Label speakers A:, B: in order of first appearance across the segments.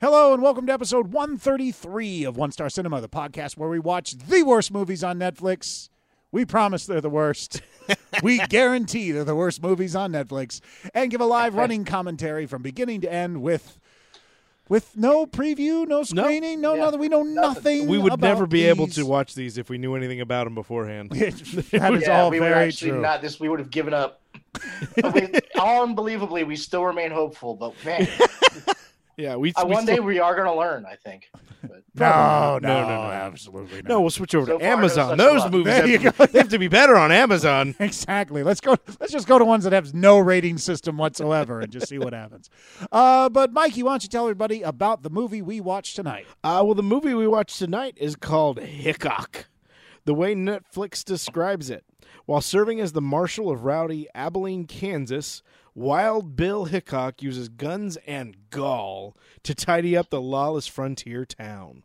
A: Hello and welcome to episode 133 of One Star Cinema, the podcast where we watch the worst movies on Netflix. We promise they're the worst. we guarantee they're the worst movies on Netflix and give a live running commentary from beginning to end with with no preview, no screening, no,
B: Yeah.
A: nothing. We know nothing.
C: we would
A: about
C: never be able
A: these.
C: to watch these if we knew anything about them beforehand.
A: that is all
B: we were
A: very
B: actually
A: true.
B: not this. We would have given up. We- unbelievably, we still remain hopeful. But man,
C: yeah, we.
B: uh,
C: we
B: one day
C: still-
B: we are going to learn. I think. But
A: no, no,
C: No, no, no.
A: absolutely not.
C: no, we'll switch over
B: So
C: to
B: far, no
C: Amazon.
B: such
C: Those
B: luck.
C: movies
A: There
C: have
A: you
C: to,
A: go.
C: they have to be better on Amazon.
A: Exactly. Let's go. Let's just go to ones that have no rating system whatsoever and just see what happens. Uh, but Mikey, why don't you tell everybody about the movie we watched tonight?
C: Uh, well, the movie we watched tonight is called Hickok, the way Netflix describes it. While serving as the marshal of rowdy Abilene, Kansas, Wild Bill Hickok uses guns and gall to tidy up the lawless frontier town.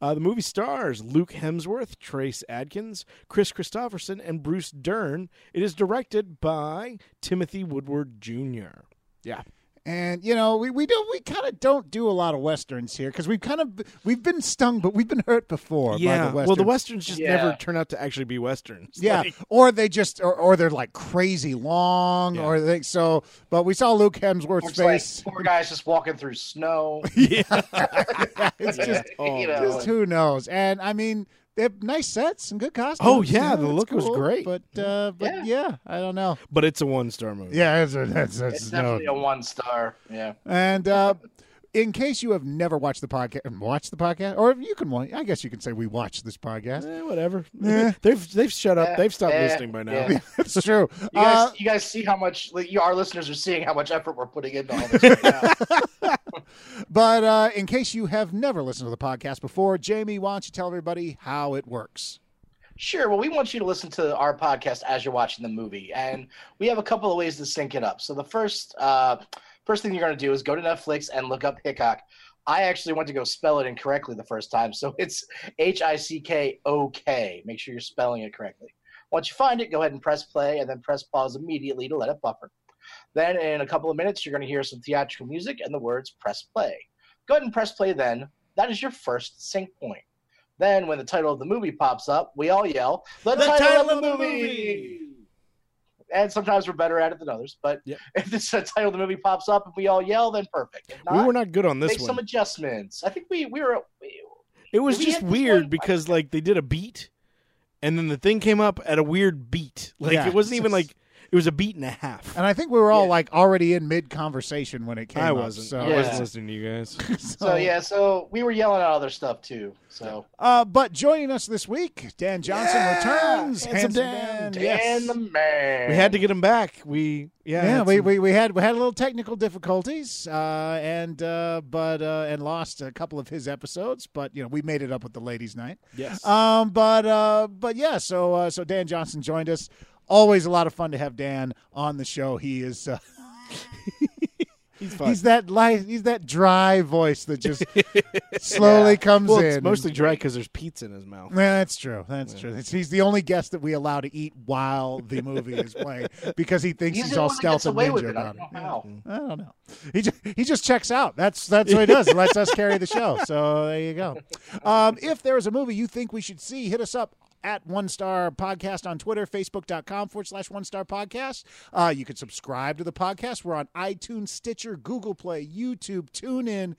C: Uh, the movie stars Luke Hemsworth, Trace Adkins, Chris Christopherson, and Bruce Dern. It is directed by Timothy Woodward Jr. Yeah.
A: And you know, we, we do we kind of don't do a lot of westerns here because we've kind of we've been stung, but we've been hurt before. by the
C: well, the
A: westerns.
C: westerns just
B: Yeah.
C: never turn out to actually be westerns.
A: Yeah,
C: Like-
A: or they just or, or they're like crazy long,
C: Yeah.
A: or they so. But we saw Luke Hemsworth's
B: it's like
A: face.
B: four guys just walking through snow.
C: yeah.
A: it's
B: Yeah,
A: just
C: oh,
B: you know,
A: just who knows? And I mean, they have nice sets and good costumes.
C: Oh, yeah,
A: you
C: the
A: it's
C: look was great.
A: But uh, but yeah.
B: Yeah.
A: I don't know.
C: But it's a one star movie.
A: Yeah, that's that's, that's
B: it's definitely a one star. Yeah.
A: And uh, in case you have never watched the podcast, watch the podcast, or you can, wa- I guess you can say we watched this podcast.
C: Eh, whatever.
A: Yeah.
C: They've they've shut up.
B: Yeah.
C: uh, They've stopped
B: Yeah.
C: listening by now.
B: Eh, Yeah.
A: it's true.
B: You guys,
A: Uh,
B: you guys see how much like, you, our listeners are seeing how much effort we're putting into all this right now.
A: but uh, in case you have never listened to the podcast before, Jamie, why don't you tell everybody how it works?
B: Sure. Well, we want you to listen to our podcast as you're watching the movie, and we have a couple of ways to sync it up. So the first uh, first thing you're going to do is go to Netflix and look up Hickok. I actually went to go spell it incorrectly the first time, so it's H I C K O K. Make sure you're spelling it correctly. Once you find it, go ahead and press play, and then press pause immediately to let it buffer. Then, in a couple of minutes, you're going to hear some theatrical music and the words press play. Go ahead and press play then. That is your first sync point. Then, when the title of the movie pops up, we all yell, The, title, of the movie! And sometimes we're better at it than others, but
C: Yep.
B: if this the title of the movie pops up and we all yell, then perfect. If
C: We
B: not,
C: were not good on this
B: make some
C: one.
B: adjustments. I think we, we were. We,
C: It was
B: Did we
C: just
B: hit this
C: weird
B: one?
C: because like they did a beat, and then the thing came up at a weird beat. Like
A: Yeah.
C: it wasn't even like it was a beat and a half.
A: And I think we were all
B: Yeah.
A: like already in mid conversation when it came
C: I
A: up,
C: wasn't.
A: so-
C: I
B: Yeah.
C: wasn't listening to you guys.
B: so,
C: Oh.
B: yeah, so we were yelling at other stuff too. So,
A: Uh, but joining us this week, Dan Johnson
C: Yeah!
A: returns.
C: Handsome
A: Dan.
C: Dan.
B: Dan
C: Yes.
B: the man.
C: we had to get him back. We yeah.
A: Yeah,
C: had
A: we,
C: some-
A: we, we had we had a little technical difficulties, uh, and uh, but uh, and lost a couple of his episodes, but you know we made it up with the ladies' night.
C: yes.
A: Um, but uh, but yeah, so uh, so Dan Johnson joined us. Always a lot of fun to have Dan on the show. He is uh,
C: he's fine.
A: he's that light, he's that dry voice that just slowly
B: Yeah.
A: comes
C: well,
A: in.
C: it's
A: and-
C: mostly dry because there's pizza in his mouth.
A: Yeah, that's true. That's true. It's- he's the only guest that we allow to eat while the movie is playing because he thinks he's,
B: He's the
A: all
B: one that gets
A: stealth and
B: away
A: ninja
B: with it. I
A: about
B: don't know how.
A: I don't know. He just, he just checks out. That's that's what he does. He lets us carry the show. So there you go. Um, if there is a movie you think we should see, hit us up at One Star Podcast on Twitter, Facebook.com forward slash One Star Podcast. Uh, you can subscribe to the podcast. We're on iTunes, Stitcher, Google Play, YouTube, TuneIn.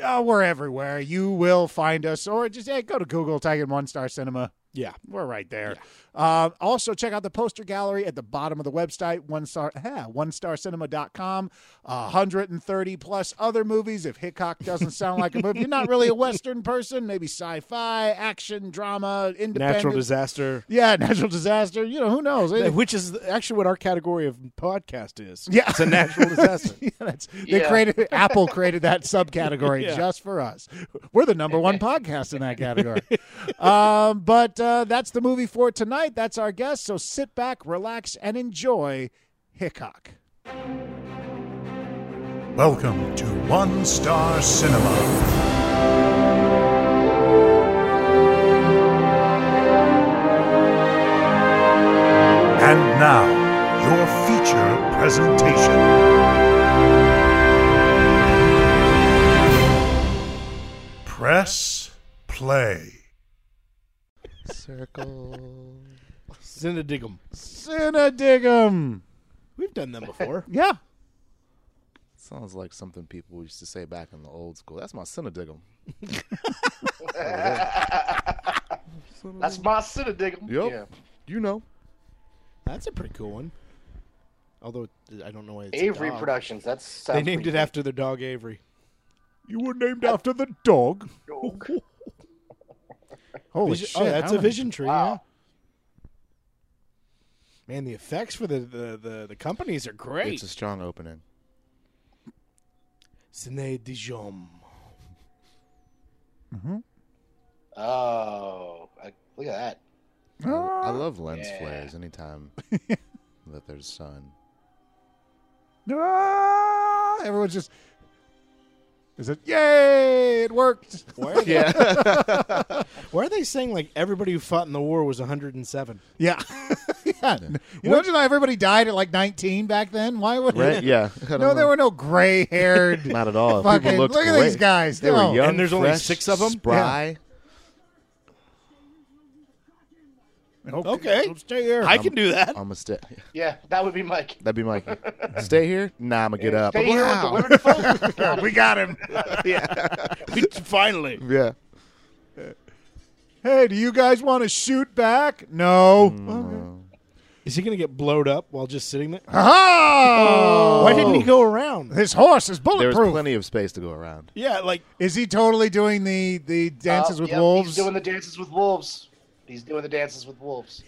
A: Uh, we're everywhere. You will find us, or just hey, go to Google, type in One Star Cinema.
C: Yeah.
A: We're right there. Uh, also, check out the poster gallery at the bottom of the website, one star, yeah, onestarcinema.com. Uh, 130 plus other movies. If Hickok doesn't sound like a movie, you're not really a Western person, maybe sci fi, action, drama, independent.
C: Natural disaster.
A: Yeah, natural disaster. You know, who knows? It-
C: Which is actually what our category of podcast is.
A: Yeah.
C: It's a natural disaster.
A: yeah, that's, they
B: Yeah.
A: created Apple created that subcategory
C: Yeah.
A: just for us. We're the number one podcast in that category. um, but uh, that's the movie for tonight. That's our guest. So sit back, relax, and enjoy Hickok.
D: Welcome to One Star Cinema. And now, your feature presentation. Press play.
A: Circle.
C: Cinedigum.
A: Cinedigum.
C: We've done them before.
A: Yeah.
E: Sounds like something people used to say back in the old school. That's my synodigum.
C: Mm-hmm.
B: That's my Cinedigum.
E: Yep.
B: Yeah.
E: You know.
C: That's a pretty cool one. Although I don't know why it's a
B: Avery
C: dog.
B: Productions. That's sounds
C: They named it
B: pretty
C: after their dog Avery.
A: You were named after the dog.
B: cool.
A: Holy
C: Vision-
A: shit.
C: oh, that's
A: how
C: a
A: am-
C: vision tree.
B: Wow.
C: Yeah. Man, the effects for the the, the, the companies are great.
E: It's a strong opening.
C: Cine Dijom.
B: Oh, I- look at that.
E: I,
A: Ah.
E: I love lens
B: Yeah.
E: flares anytime that there's sun.
A: Ah, everyone's just. Is it? Yay! It worked.
C: Why are, they,
E: Yeah.
C: why are they saying like everybody who fought in the war was 107?
A: Yeah. yeah. You imagine how everybody died at like 19 back then? Why would
E: right? Yeah. I don't
A: No, there
E: know.
A: were no gray haired.
E: Not at all. People
A: Fucking-
E: looked
A: look at
E: great.
A: these guys.
E: They
A: No.
E: were young.
C: And there's only
E: fresh,
C: six of 'em?
E: Spry.
C: Okay.
A: Stay here.
C: I can do that.
E: I'm a stay.
B: Yeah, that would be Mike.
E: That'd be Mike. stay here. Nah, I'm gonna get up.
B: Stay here with the
E: Wow.
B: women folk.
A: we got him.
C: Finally.
E: yeah.
A: Hey, do you guys want to shoot back? No.
E: Hmm.
C: Is he going to get blowed up while just sitting there?
A: Aha!
C: Why didn't he go around?
A: His horse is
E: There was
A: bulletproof.
E: plenty of space to go around.
C: Yeah, like
A: is he totally doing the the dances
B: Oh,
A: with
B: yep,
A: wolves?
B: He's doing the dances with wolves. He's doing the dances with wolves.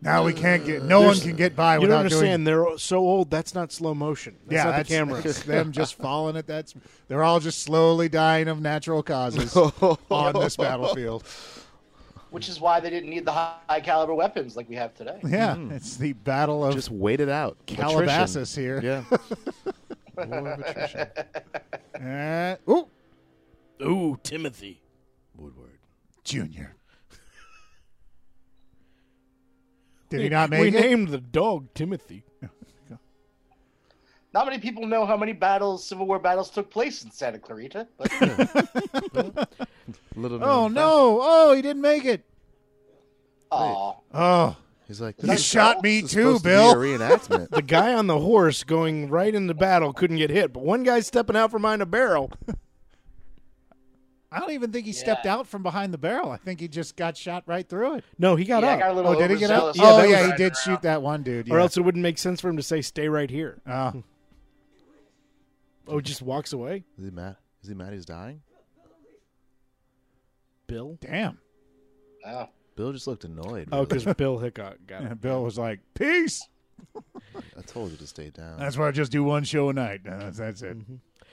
A: now we can't get. No one can get by
C: you don't
A: without
C: understand. They're so old. That's not slow motion. That's
A: doing. Yeah,
C: not
A: that's,
C: the camera.
A: that's them just falling at that. sp- They're all just slowly dying of natural causes on this battlefield.
B: which is why they didn't need the high caliber weapons like we have today.
C: Hmm.
A: Yeah, it's the battle of
E: Just wait it out. Attrition.
A: Calabasas here.
E: Yeah. War of attrition.
A: Uh, ooh,
C: Ooh, Timothy.
E: Woodward.
A: Junior. Did he not make
C: we
A: it?
C: named the dog Timothy.
B: Not many people know how many battles, Civil War battles, took place in Santa Clarita. But
E: Little
A: oh
E: known fact.
A: no! Oh, he didn't make it.
B: aw,
A: Oh,
E: He's like,
A: you
E: this is-
A: shot me
E: this is
A: too,
E: supposed to be
A: Bill.
E: a reenactment.
C: The guy on the horse going right into battle couldn't get hit, but one guy stepping out from behind a barrel.
A: I don't even think he stepped
B: Yeah.
A: out from behind the barrel. I think he just got shot right through it.
C: No, he got
B: yeah, I
C: up.
B: got a little
A: oh, did he get out?
B: overzealous.
C: Yeah,
A: oh,
C: that
A: yeah, he
C: was-
A: did shoot that one dude. Yeah.
C: Or else it wouldn't make sense for him to say, "Stay right here."
A: Oh.
C: Oh, just walks away.
E: Is he mad? Is he mad he's dying?
C: Bill.
A: damn.
B: Oh.
E: Bill just looked annoyed.
C: Oh,
E: really.
C: because Bill Hickok got it.
A: And Bill was like, "Peace."
E: I told you to stay down.
A: That's why I just do one show a night. Uh, that's it.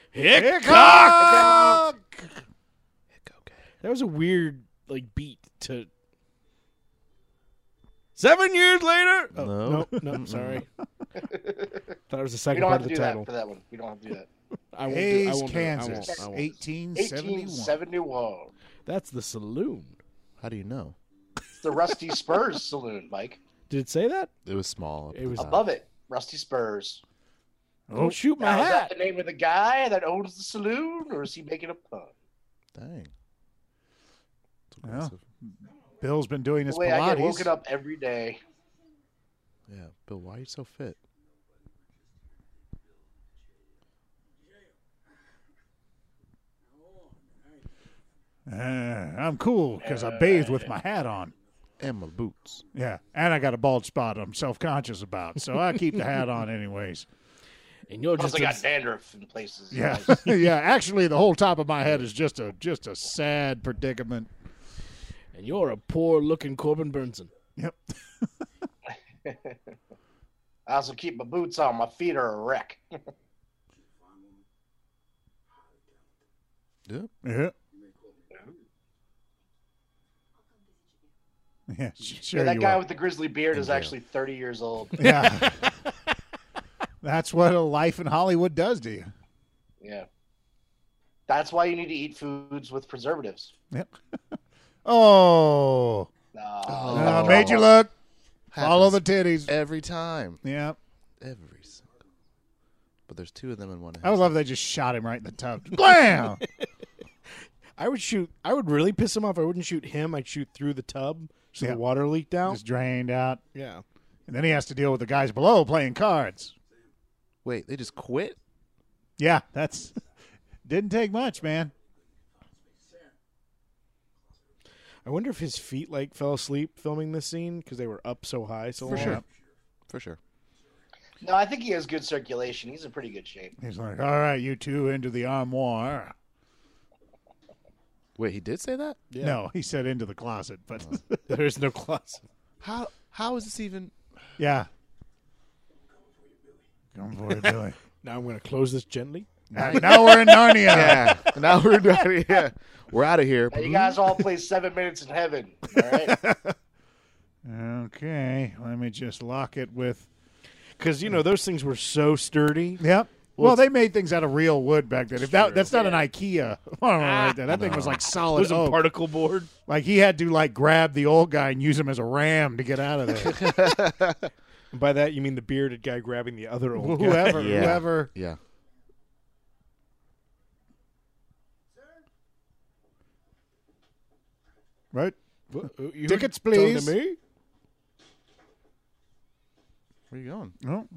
C: Hickok.
E: okay.
C: That was a weird like beat to. Seven years later. Oh,
E: No.
C: no, no, sorry. Thought it was the
B: We
C: second
B: don't
C: part of
B: have to
C: the
B: do
C: title.
B: that for that one. We don't have to do that.
C: I won't. do, I
A: Hayes,
C: won't Do it. I
A: Kansas,
C: won't. I won't.
A: 1871.
B: 1871.
C: That's the saloon.
E: How do you know?
B: It's the Rusty Spurs Saloon, Mike.
C: Did it say that?
E: It was small. up
C: It
E: the
C: was
E: top.
B: Above it, Rusty Spurs.
A: Oh.
C: Don't Oh, shoot my
B: Now, is that
C: hat.
B: the name of the guy that owns the saloon, or is he making a pun?
E: Dang. It's
A: Yeah.
E: aggressive.
A: Bill's been doing
B: The
A: his
B: way I get woken
A: Pilates.
B: up every day.
E: Yeah, Bill, why are you so fit?
A: Uh, I'm cool because I bathed with my hat on.
E: And my boots.
A: Yeah, and I got a bald spot I'm self conscious about, so I keep the hat on anyways.
C: And you're
B: Plus,
C: just
B: I got
C: obs-
B: dandruff in places.
A: Yeah, yeah. Actually, the whole top of my head is just a just a sad predicament.
C: and you're a poor looking Corbin Burnson.
A: Yep.
B: I also keep my boots on. My feet are a wreck.
E: Yeah.
A: Yeah. Yeah, sh- sure
B: that
A: you
B: guy
A: are.
B: with the grizzly beard is
E: jail.
B: actually 30 years old.
A: yeah. That's what a life in Hollywood does to you.
B: Yeah. That's why you need to eat foods with preservatives.
A: Yep. Oh,
B: Nah,
A: Uh, made you look. Follow the
E: Happens
A: titties.
E: every time.
A: Yeah.
E: Every single. But there's two of them in one
A: I
E: house.
A: would love if they just shot him right in the tub. Blam!
C: I would shoot. I would really piss him off. I wouldn't shoot him. I'd shoot through the tub so
A: Yeah.
C: the water leaked out.
A: just drained out.
C: yeah.
A: And then he has to deal with the guys below playing cards.
E: Wait, they just quit?
A: Yeah, that's didn't take much, man.
C: I wonder if his feet like fell asleep filming this scene because they were up so high. So
A: For
C: long.
A: sure.
E: For sure.
B: No, I think he has good circulation. He's in pretty good shape.
A: He's like, all right, you two into the armoire.
E: Wait, he did say that?
C: Yeah.
A: No, he said into the closet, but
C: there is no closet.
E: How how is this even
A: yeah. Come for it, Billy.
C: Now I'm going to close this gently.
A: now, now we're in Narnia.
E: Yeah. now we're yeah. We're out of here.
B: Now, you guys all play seven minutes in heaven. All right.
A: Okay, let me just lock it with.
C: Because you know those things were so sturdy.
A: Yep. Well, they made things out of real wood back then. If that that's not an IKEA armor right there. That thing was like
C: It
A: solid
C: was a
A: oak.
C: particle board.
A: like he had to like grab the old guy and use him as a ram to get out of there.
C: And by that you mean the bearded guy grabbing the other old guy.
A: whoever,
E: Yeah.
A: whoever.
E: Yeah.
A: Right.
C: Wh- you were
A: Tickets,
C: talking
A: please.
C: To me?
E: Where are you going?
A: Oh,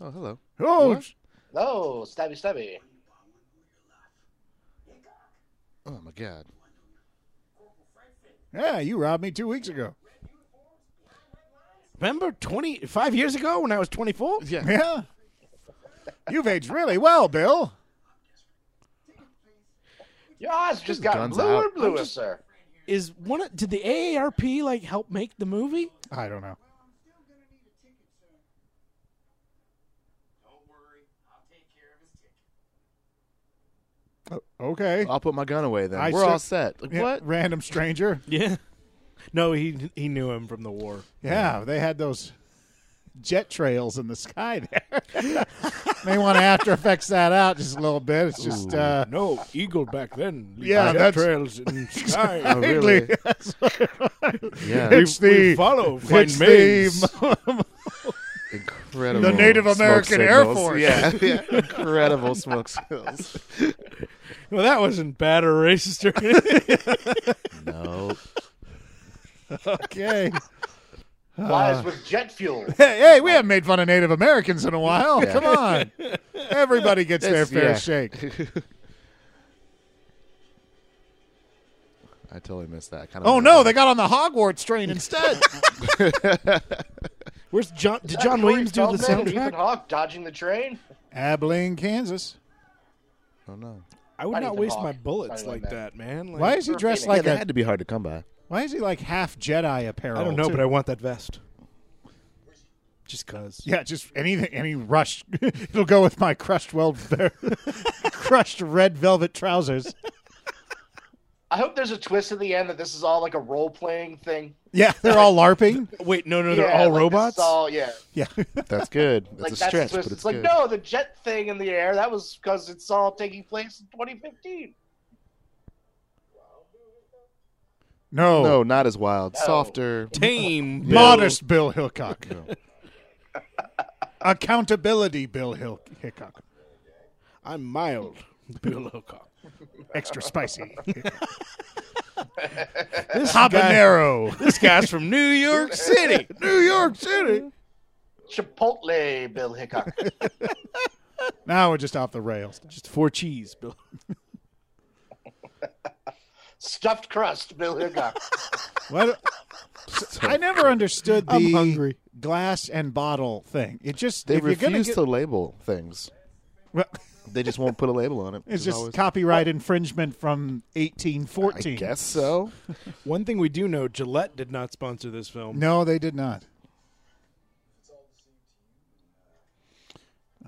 E: Oh, hello.
A: oh
E: What?
B: No, stabby, stabby.
E: Oh my god.
A: yeah, you robbed me two weeks ago.
C: Remember twenty five years ago when I was twenty four?
E: Yeah.
A: Yeah. You've aged really well, Bill.
B: Your eyes just got
E: guns
B: bluer,
E: out.
B: bluer, sir.
C: Is one of, did the AARP like help make the movie?
A: I don't know.
F: Don't worry, I'll take care of his ticket.
A: O- Okay.
E: I'll put my gun away then.
A: I
E: we're
A: cer-
E: all set. Like
A: Yeah,
E: Uh, what?
A: Random stranger.
C: Yeah. No, he he knew him from the war.
A: Yeah, they had those jet trails in the sky there. May want to After Effects that out just a little bit. It's just uh,
C: No, Eagle back then.
A: Yeah,
C: Jet
A: that's-
C: trails in sky.
E: Oh, really? yeah.
A: It's the-
C: follow
A: it's
C: find maze.
A: the,
E: Incredible.
A: the Native
E: smoke
A: American Air
E: signals.
A: Force.
E: Yeah. yeah. Incredible smoke signals.
C: Well, that wasn't bad or racist or anything.
E: No.
A: okay.
B: Flies with jet fuel.
A: Hey, hey, we haven't made fun of Native Americans in a while.
E: Yeah.
A: Come on. Everybody gets their
E: It's-
A: fair
E: yeah.
A: shake.
E: I totally missed that. Kind of
A: Oh, no, they got on the Hogwarts train instead.
C: Where's John? Did
B: Corey
C: John Williams do the
B: Feldman and Ethan
C: soundtrack?
B: Hawke dodging the train.
A: Abilene, Kansas.
E: Oh no.
C: I would
B: Not
C: not
B: Ethan
C: waste
B: Hawke.
C: my bullets
B: Sorry,
C: like
B: my bad.
C: that, man. Like,
A: Why is he
B: Or
A: dressed
B: Phoenix.
A: like
E: Yeah, that
A: a?
E: had to be hard to come by.
A: Why is he like half Jedi apparel?
C: I don't know,
A: too?
C: but I want that vest. Just cause.
A: Yeah, just anything, any rush. It'll go with my crushed well, crushed red velvet trousers.
B: I hope there's a twist at the end that this is all like a role playing thing.
A: Yeah, they're all larping.
C: Wait, no, no,
B: Yeah,
C: they're all
B: like this is
C: robots.
B: all- yeah.
A: Yeah,
E: That's good. That's
B: Like
E: a
B: that's
E: stretch,
B: the twist. It's
E: but it's
B: like
E: good.
B: no, the jet thing in the air. That was because it's all taking place in 2015.
A: no,
E: No, not as wild.
B: No.
E: Softer.
C: Tame, Bill.
A: modest Bill Hickok, accountability Bill Hill- Hickok,
C: I'm mild, Bill Hickok.
A: extra spicy
C: This
A: habanero.
C: This guy's from New York City.
A: New York City.
B: Chipotle, Bill Hickok.
A: Now we're just off the rails.
C: Just four cheese, Bill.
B: Stuffed crust, Bill Hickok.
A: What? I never understood the
C: I'm hungry.
A: glass and bottle thing. It just
E: They
A: if you're gonna
E: refuse
A: get-
E: to label things.
A: Well,
E: They just won't put a label on it.
A: It's
E: There's
A: just
E: always-
A: copyright infringement from
E: I
A: 1814.
E: guess so.
C: One thing we do know, Gillette did not sponsor this film.
A: No, they did not.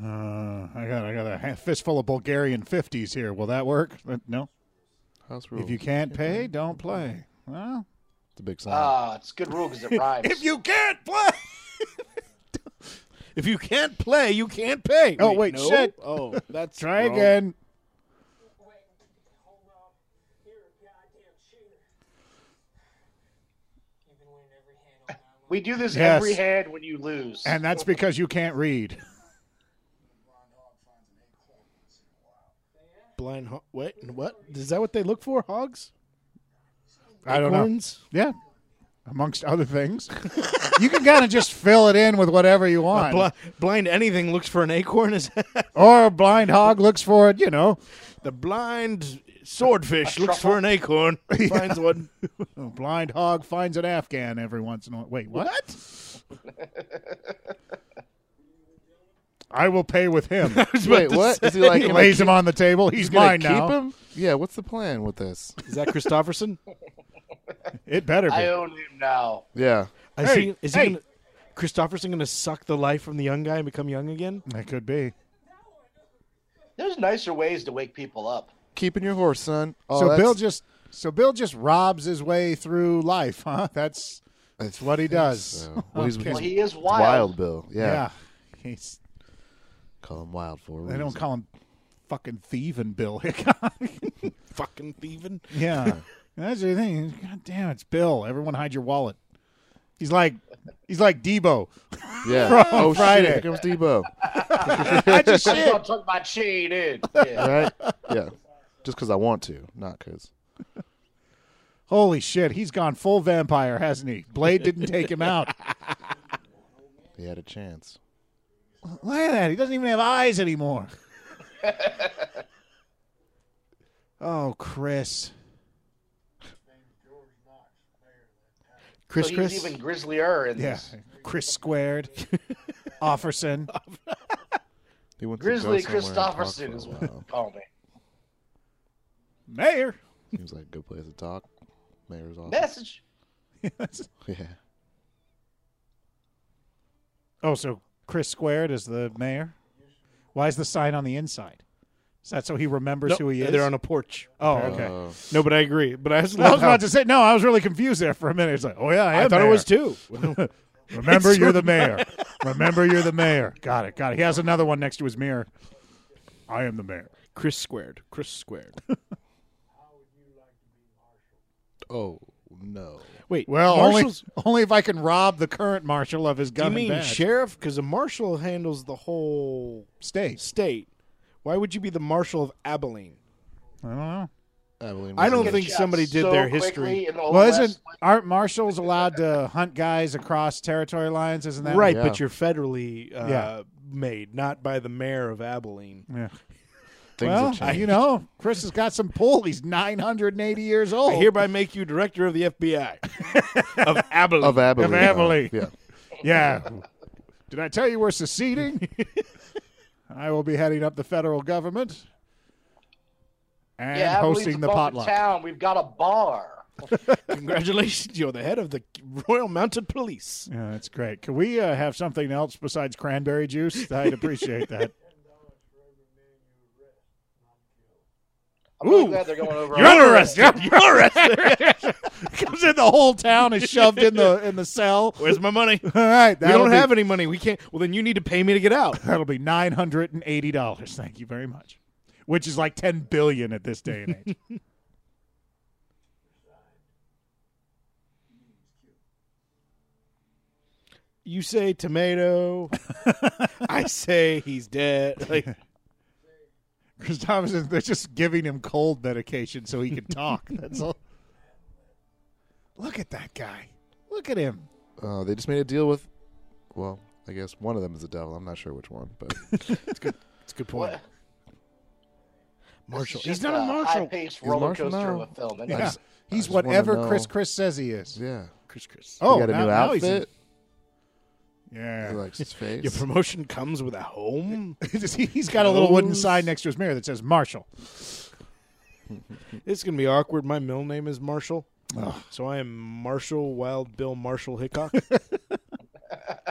A: Uh, I got I got a ha- fistful of Bulgarian fifties here. Will that work? Uh, No.
E: House
A: If you can't pay, don't play. Well,
E: the big sign.
B: Ah, it's a good rule because it rhymes.
A: you can't play,
C: If you can't play, you can't pay.
A: Oh, wait,
C: no?
A: shit.
C: Oh, that's
A: try
C: wrong.
A: again.
F: Wait, hold on. You're a goddamn shooter. You've been winning every hand all night long.
B: We do this
A: Yes.
B: every hand when you lose.
A: And that's because you can't read.
F: Ron Hogfire.
C: blind ho- wait what is that what they look for hogs
A: I don't know.
C: Acorns?
A: Yeah, amongst other things, you can kind of just fill it in with whatever you want.
C: Bli- blind anything looks for an acorn is
A: or a blind hog looks for it. You know,
C: the blind swordfish looks for an acorn finds one
A: a blind hog finds an Afghan every once in a while. Wait, what? I will pay with him.
E: Wait, what? Is he like?
A: he
E: am I
A: lays him on the table. He's
E: gonna
A: mine
E: keep
A: now.
E: him? Yeah. What's the plan with this?
C: is that Christofferson
A: It better be.
B: I own him now.
E: Yeah.
C: is
A: Hey,
C: he is
A: hey.
C: he gonna, Christofferson gonna suck the life from the young guy and become young again
A: it could be.
B: There's nicer ways to wake people up.
E: Keeping your horse, son. Oh,
A: so
E: that's-
A: Bill just so Bill just robs his way through life, huh? That's
E: That's
A: what he does.
E: So. Well, he's,
A: Okay.
E: he's
B: Well, he is wild.
E: wild. Bill. Yeah.
A: yeah. He's
E: Call him Wild for. a
A: they don't
E: reason.
A: call him fucking thieving Bill Hickok.
C: fucking thieving
A: yeah. That's the thing. God damn, it's Bill. Everyone hide your wallet. He's like he's like Debo.
E: Yeah.
A: From
E: oh
A: Friday.
E: shit! Here comes Debo.
A: Hide your
B: I'm
A: shit.
B: gonna tuck my chain in. Yeah.
E: Right? yeah. Just because I want to, not because.
A: Holy shit, he's gone full vampire, hasn't he? Blade didn't take him out.
E: He had a chance.
A: Look at that. He doesn't even have eyes anymore. oh, Chris.
C: Chris
B: so he's
C: Chris
B: even grislier in
A: Yeah.
B: this.
A: Chris squared. Offerson.
E: He went
B: Grizzly
E: to go somewhere and talk
B: Christofferson
E: for
B: is
E: a
B: what
E: while.
B: they call me.
A: Mayor.
E: He was like, "Go place to talk." Mayor's office.
B: Message.
E: Yeah.
A: Oh, so Chris squared is the mayor? Why is the sign on the inside? Is that so he remembers
C: No,
A: who he is?
C: they're on a porch
A: oh, okay.
E: Oh.
C: no but I agree but I, just
A: I
C: love
A: was
C: how-
A: about to say, no, I was really confused there for a minute. It's like, oh, yeah, I,
C: I
A: am
C: thought it
A: mayor.
C: was too
A: Remember, you're the mayor. Remember, you're the mayor. Got it. Got it. He has another one next to his mirror. I am the mayor.
C: Chris squared Chris squared
E: Oh no.
C: wait
A: Well,
C: Marshall's,
A: only only if I can rob the current marshal of his
C: do
A: gun
C: you mean
A: and badge.
C: sheriff because a marshal handles the whole
A: States.
C: state why would you be the marshal of Abilene
A: I don't know.
E: Abilene
C: I
E: was
C: don't
E: in-
C: think
B: Shot
C: somebody did
B: so
C: their
B: quickly
C: history.
B: in the Old
A: Wasn't
B: West.
A: aren't marshals allowed to hunt guys across territory lines? Isn't that
C: right,
E: Yeah.
C: but you're federally uh,
A: Yeah.
C: made, not by the mayor of Abilene.
A: Yeah.
E: things have
A: well,
E: changed.
A: you know, Chris has got some pull. He's 980 years old.
C: I hereby make you director of the FBI of Abilene.
E: of Abilene.
A: Of Abilene.
E: Yeah.
A: yeah. Did I tell you we're seceding? I will be heading up the federal government and
B: yeah, Abilene's
A: hosting
B: a
A: the
B: bump in
A: potluck.
B: Town. We've got a bar.
C: Congratulations, you're the head of the Royal Mounted Police.
A: Yeah, that's great. Can we uh, have something else besides cranberry juice? I'd appreciate that.
B: I'm
A: Ooh.
B: really glad they're going over.
A: You're arrested. You're arrested. Comes in, the whole town is shoved in the in the cell.
C: Where's my money?
A: All right,
C: we don't have any money. We can't. Well, then you need to pay me to get out.
A: That'll be nine hundred and eighty dollars. Thank you very much, which is like ten billion at this day and age.
C: You say tomato. I say he's dead. Like,
A: Christopherson, they're just giving him cold medication so he can talk. That's all. Look at that guy. Look at him.
E: Uh, they just made a deal with. Well, I guess one of them is the devil. I'm not sure which one, but
C: it's a good point.
B: What?
C: Marshall.
B: It's
C: He's
B: just
C: not a marshal.
B: High-paced
E: He's a
B: roller
E: marshal
B: coaster
E: now.
B: of a film.
A: Yeah.
B: Anyway,
E: just- I
A: he's
E: just wanna
A: whatever
E: know-
A: Chris Chris says he is.
E: yeah.
C: Chris, Chris.
A: Oh,
E: he got a
A: now,
E: new
A: now he's in-
E: outfit.
A: yeah.
E: He likes his face.
C: Your promotion comes with a home.
A: he's got a little wooden
C: Clothes.
A: sign next to his mirror that says Marshall.
C: It's gonna be awkward. My middle name is Marshall, so I am Marshall Wild Bill Marshall Hickok.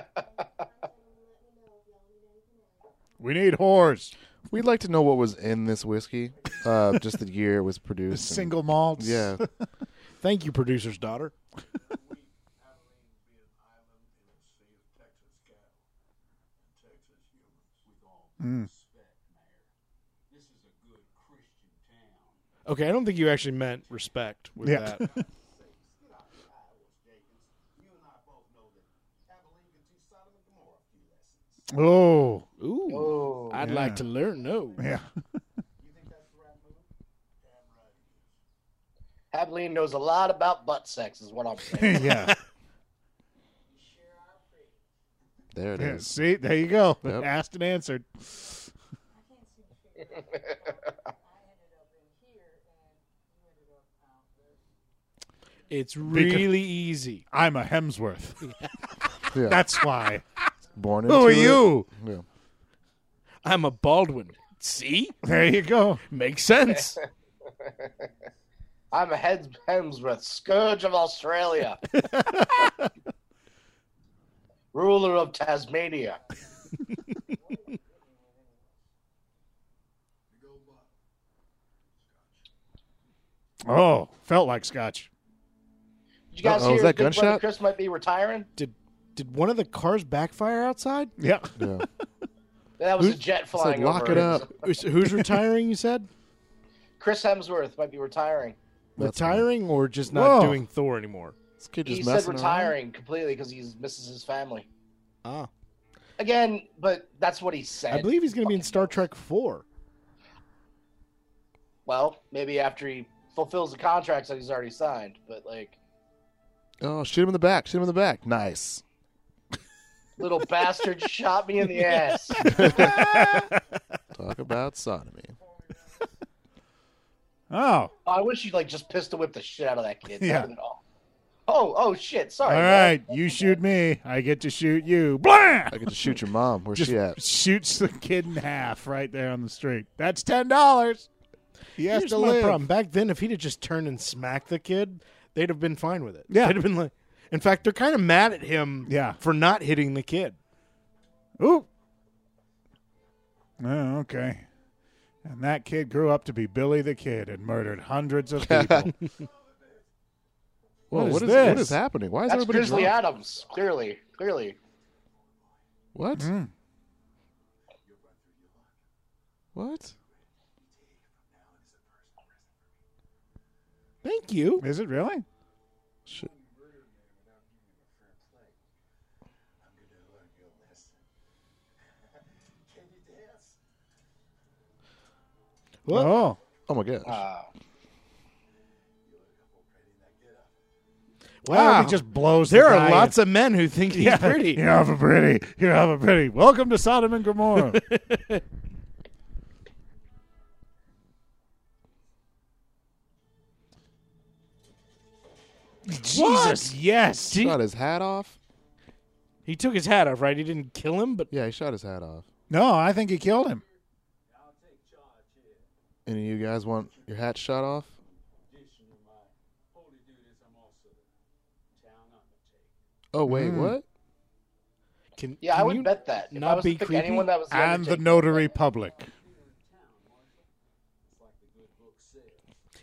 A: We need whores.
E: We'd like to know what was in this whiskey. Uh, just the year it was produced. and-
A: Single malts.
E: Yeah.
C: Thank you, producer's daughter.
A: Mm.
C: Okay, I don't think you actually meant respect with
A: Yeah.
C: that.
A: Oh,
C: Ooh,
A: Oh,
B: Oh. oh.
C: I'd like to learn. No,
A: yeah.
B: Abilene knows a lot about butt sex, is what I'm saying.
A: yeah.
E: There it
A: yeah.
E: is.
A: See, there you go.
E: Yep.
A: Asked and answered.
C: It's
A: Because-
C: really easy.
A: I'm a Hemsworth.
E: Yeah.
A: That's why.
E: Born
A: Who are
E: into it.
A: you?
E: Yeah.
C: I'm a Baldwin. See?
A: There you go.
C: Makes sense.
B: I'm a Hed- Hemsworth, scourge of Australia, ruler of Tasmania.
A: Oh, felt like scotch.
B: Did you guys
E: Uh-oh,
B: hear
E: was that
B: Big Brother
E: gunshot?
B: Chris might be retiring?
C: did did one of the cars backfire outside?
A: Yeah.
E: Yeah.
B: That was
E: Who-
B: a jet
E: It's like,
B: flying
E: lock
B: over.
E: it
B: him.
E: up.
C: Who's, who's retiring? You said
B: Chris Hemsworth might be retiring.
E: That's
C: retiring or just not
A: Whoa.
C: doing Thor anymore?
E: This kid just
B: He said
E: messing around.
B: retiring completely because he misses his family.
C: Ah,
B: Again, but that's what he said.
C: I believe he's going to be in Star Trek Four.
B: Well, maybe after he fulfills the contracts that he's already signed, but like
E: Oh, shoot him in the back. Shoot him in the back. Nice.
B: little bastard shot me in the ass.
E: Talk about sodomy.
A: Oh.
B: I wish you like just pistol whipped the shit out of that kid.
A: Yeah.
B: Not at all. Oh, oh shit!
A: All
B: Sorry. man.
A: right. You shoot me. I get to shoot you. Blah!
E: I get to shoot your mom. Where's
A: Just
E: she at?
A: shoots the kid in half right there on the street. That's ten dollars. He has
C: Here's
A: to
C: my
A: live.
C: problem. Back then, if he'd have just turned and smacked the kid, they'd have been fine with it.
A: Yeah.
C: they'd have been like. In fact, they're kind of mad at him.
A: Yeah.
C: for not hitting the kid.
A: Ooh. Oh, okay. And that kid grew up to be Billy the Kid and murdered hundreds of people.
E: Whoa,
A: What
E: what
A: is
E: is what
A: this?
E: is happening? Why is
B: That's
E: everybody
B: Grizzly
E: drunk?
B: Adams. Clearly, clearly.
E: What?
A: Mm.
E: What?
C: Thank you.
A: Is it really?
E: Shit.
C: What?
A: Oh.
E: Oh my gosh.
B: Uh,
A: Wow.
C: Wow.
A: he just blows.
C: Ah. there are lots of men who think he's pretty.
A: You're have a pretty. You're have a pretty. Welcome to Sodom and Gomorrah. Jesus, yes.
E: shot his hat off.
C: He took his hat off, right? He didn't kill him, but
E: Yeah, he shot his hat off.
A: No, I think he killed him.
E: Any of you guys want your hat shot off? Oh wait,
A: Mm.
E: what?
C: can
B: yeah, I
C: can
B: would
C: you-
B: bet that. If
C: not
B: I was
C: be
B: to pick
C: creepy?
B: anyone that was the
A: And the
B: Undertaker-
A: notary public.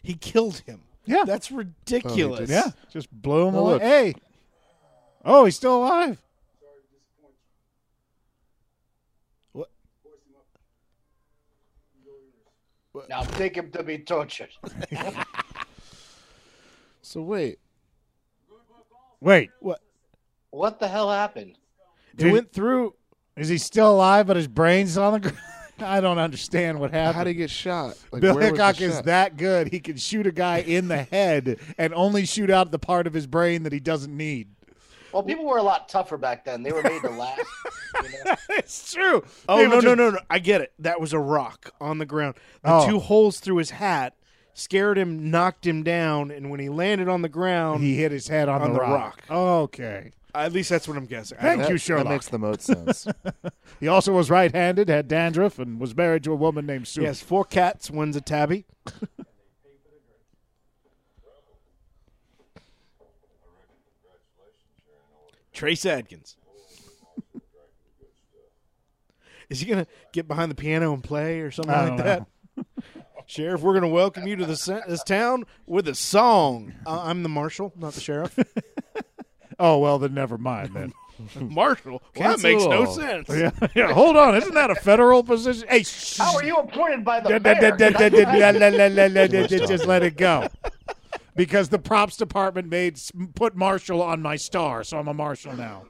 C: he killed him.
A: Yeah.
C: That's ridiculous.
A: yeah. Just blew him
E: Oh,
A: away.
E: look.
A: Hey. Oh, he's still alive.
B: now take him to be tortured.
E: So wait,
A: Wait.
B: What the hell happened?
C: It
A: Dude.
C: went through.
A: Is he still alive but his brain's on the ground? I don't understand what happened.
E: how did he get shot? Like,
A: Bill
E: where was the
A: Hickok is
E: shot?
A: that good. He can shoot a guy in the head and only shoot out the part of his brain that he doesn't need.
B: Well, people were a lot tougher back then. They were made to laugh. you know?
A: it's true.
C: Oh
A: They
C: no,
A: were
C: no,
A: just-
C: no, no! I get it. That was a rock on the ground. The
A: Oh.
C: two holes through his hat scared him, knocked him down, and when he landed on the ground,
A: He hit his head on,
C: On the rock.
A: Okay.
C: at least that's what I'm guessing. I
A: Thank
C: don't-
E: That-
A: you, Sherlock.
E: That makes the most sense.
A: He also was right-handed, had dandruff, and was married to a woman named Sue.
C: He has four cats. One's a tabby. Trace Adkins. Is he gonna get behind the piano and play or something
A: I
C: like
A: don't
C: that? Sheriff, we're gonna welcome you to the sa- this town with a song. Uh, I'm the marshal, not the sheriff.
A: Oh well, then never mind then.
C: marshal. Well, that makes no
E: Cancel.
C: sense.
A: yeah, yeah, hold on. Isn't that a federal position? Hey, shh.
B: How are you appointed by
A: Da-
B: the mayor?
A: da- da- da- da- da- da-
B: That's-
A: la- la- la- la-
E: Too much
A: Just
E: talking.
A: let it go. Because the props department made s- put Marshall on my star, so I'm a Marshall now.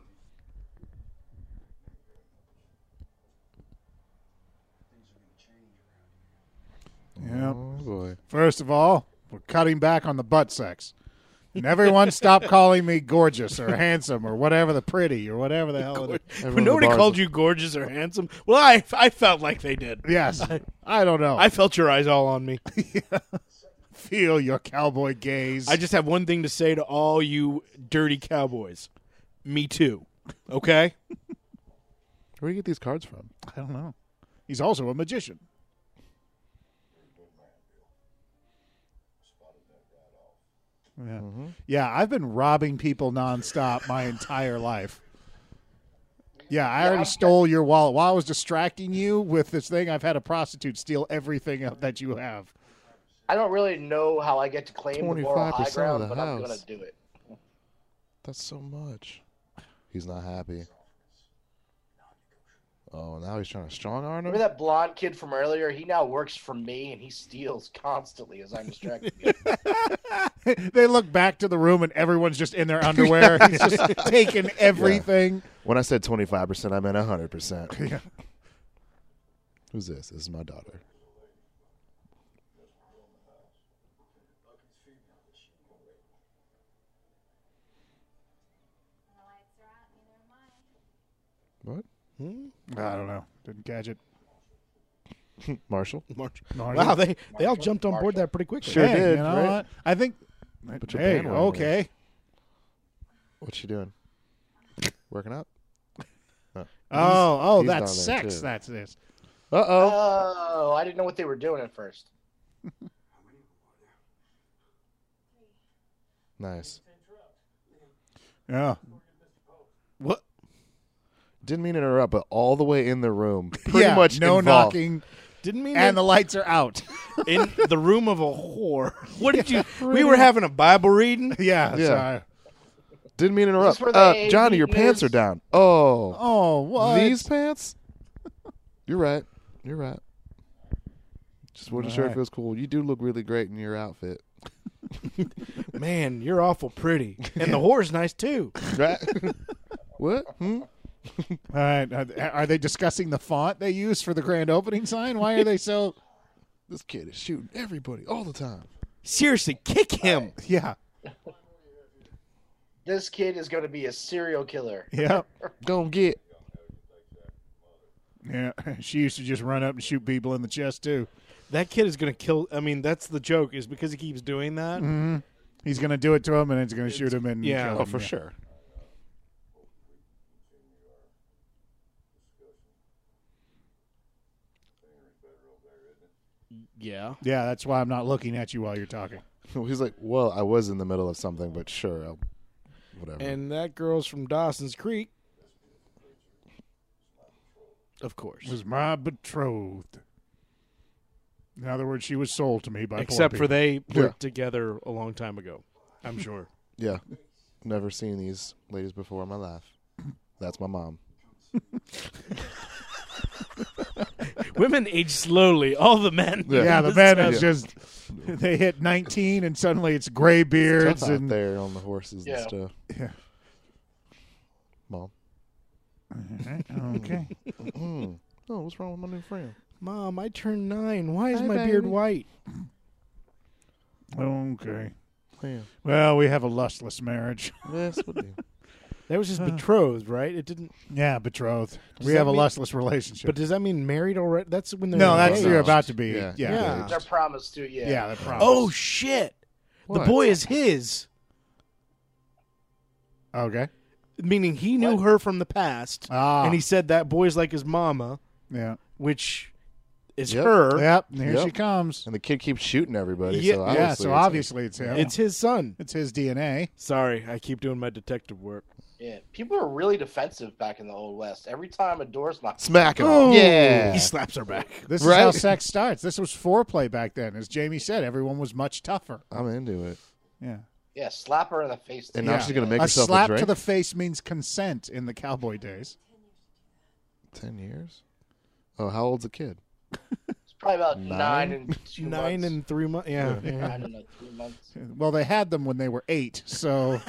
A: Yeah.
E: Oh boy. Oh,
A: First of all, We're cutting back on the butt sex. And everyone stop calling me gorgeous or handsome or whatever the pretty or whatever the hell it is.
E: Everyone
C: When
E: in the
C: nobody
E: bar's
C: called
E: like,
C: you gorgeous or handsome, well, I I felt like they did.
A: Yes. I don't know.
C: I
A: I
C: felt your eyes all on me.
A: feel your cowboy gaze.
C: I just have one thing to say to all you dirty cowboys. Me too. Okay?
E: Where do you get these cards from?
A: I don't know. He's also a magician. Yeah. yeah, I've been robbing people nonstop my entire life. Yeah, I already stole your wallet while I was distracting you with this thing. I've had a prostitute steal everything out that you have.
B: I don't really know how I get to claim the moral high
E: 25% of
B: ground,
E: the
B: but I'm gonna
E: house.
B: do it.
E: That's so much. He's not happy. Oh, now he's trying to strong arm him.
B: Remember that blonde kid from earlier? He now works for me, and he steals constantly as I'm distracted.
A: they look back to the room and everyone's just in their underwear. He's just taking everything.
E: When I said twenty five percent, I meant hundred percent. Who's this? This is my daughter. What?
A: I don't know. Didn't catch it.
E: Marshall?
C: March.
A: No,
C: Wow,
A: I
C: they, they all jumped on board that pretty quickly.
E: Sure.
A: Hey,
E: did,
A: you know
E: right?
A: what? I think.
E: Put your
A: Hey,
E: bandwagon on
A: okay.
E: What's she doing? Working out?
A: Oh, oh,
E: he's
A: that's
E: down there,
A: sex.
E: too.
A: That's this.
E: Uh oh.
B: oh, I didn't know what they were doing at first.
E: Nice.
A: Yeah.
C: What?
E: Didn't mean to interrupt, but all the way in the room, pretty
A: Yeah,
E: much
A: no
E: involved.
A: knocking,
C: Didn't mean
A: and
C: that-
A: the lights are out.
C: in the room of a whore. What did you? We were having a Bible reading.
A: yeah.
E: Yeah.
A: sorry.
E: Didn't mean to interrupt.
B: where
E: Uh,
B: the
E: Johnny, your
B: meeting
E: pants
B: is?
E: are down. Oh,
A: Oh, what?
E: these pants. You're right. You're right. Just wasn't sure if
A: Alright.
E: it was cool. You do look really great in your outfit.
C: Man, you're awful pretty, and the whore's nice too.
E: Right? what? Hmm?
A: All right. Are, are they discussing the font they use for the grand opening sign? Why are they so?
E: This kid is shooting everybody all the time.
C: Seriously, kick him.
A: Yeah.
B: This kid is going to be a serial killer.
A: Yeah.
E: Gonna get.
A: Yeah. She used to just run up and shoot people in the chest too.
C: That kid is gonna kill. I mean, that's the joke is because he keeps doing that.
A: He's gonna do it to him, and it's gonna shoot him and
C: yeah.
A: kill
C: Oh,
A: him.
E: for sure.
C: Yeah.
A: Yeah, that's why I'm not looking at you while you're talking.
E: He's like, well, I was in the middle of something, but sure, I'll, whatever.
C: And that girl's from Dawson's Creek. Of course.
A: was my betrothed. In other words, she was sold to me by. poor
C: Except for
A: people.
C: they worked
E: Yeah.
C: together a long time ago. I'm sure.
E: yeah, never seen these ladies before in my life. That's my mom.
C: Women age slowly. All the men.
E: Yeah.
A: Yeah, the man is
E: Yeah.
A: just. They hit 19 and suddenly it's gray
E: Tough
A: beards
E: out
A: and
E: there on the horses
B: Yeah.
E: and stuff.
A: Yeah.
E: Mom.
A: okay.
E: Mm. Oh, what's wrong with my new friend?
C: Mom, I turned nine. Why is
E: Hi,
C: my beard
E: baby.
C: white?
A: okay.
E: Yeah.
A: Well, we have a lustless marriage.
E: Yes, would be.
C: That was just betrothed, right? It didn't.
A: Yeah, betrothed.
C: Does
A: we
C: that
A: have a
C: mean-
A: lustless relationship.
C: But does that mean married already? That's when they're
A: no, that's
C: engaged.
A: you're about to be. Yeah,
E: Yeah.
A: yeah,
C: Yeah.
B: They're promised to, yeah.
A: that promise.
C: Oh shit! The
E: What?
C: boy is his,
A: okay.
C: meaning he knew her from the past,
A: Ah.
C: and he said that boy's like his mama,
A: Yeah.
C: which is
E: Yep.
C: her.
A: Yep. and Here
E: Yep.
A: she comes.
E: And the kid keeps shooting everybody.
C: Yeah,
E: so
A: Yeah. So
E: obviously
A: obviously it's him.
C: It's his son.
A: it's his DNA.
C: Sorry, I keep doing my detective work.
B: Yeah. People were really defensive back in the Old West. Every time a door's knocked,
E: it's smack him.
A: Ooh.
E: Yeah.
C: He slaps her back.
A: Oh. This is
E: Right.
A: how sex starts. This was foreplay back then. As Jamie said, everyone was much tougher.
E: I'm into it.
A: Yeah.
B: yeah, slap her in the face.
E: And now
A: Yeah.
E: she's gonna make
A: a
E: herself
A: slap
E: a drink.
A: to the face means consent in the cowboy days.
E: Ten years. Oh, how old's the kid?
B: It's probably about
E: Nine?
B: nine, and two
C: Nine
B: months.
C: and three months. Yeah. yeah.
B: nine and like three months.
A: Well, they had them when they were eight, so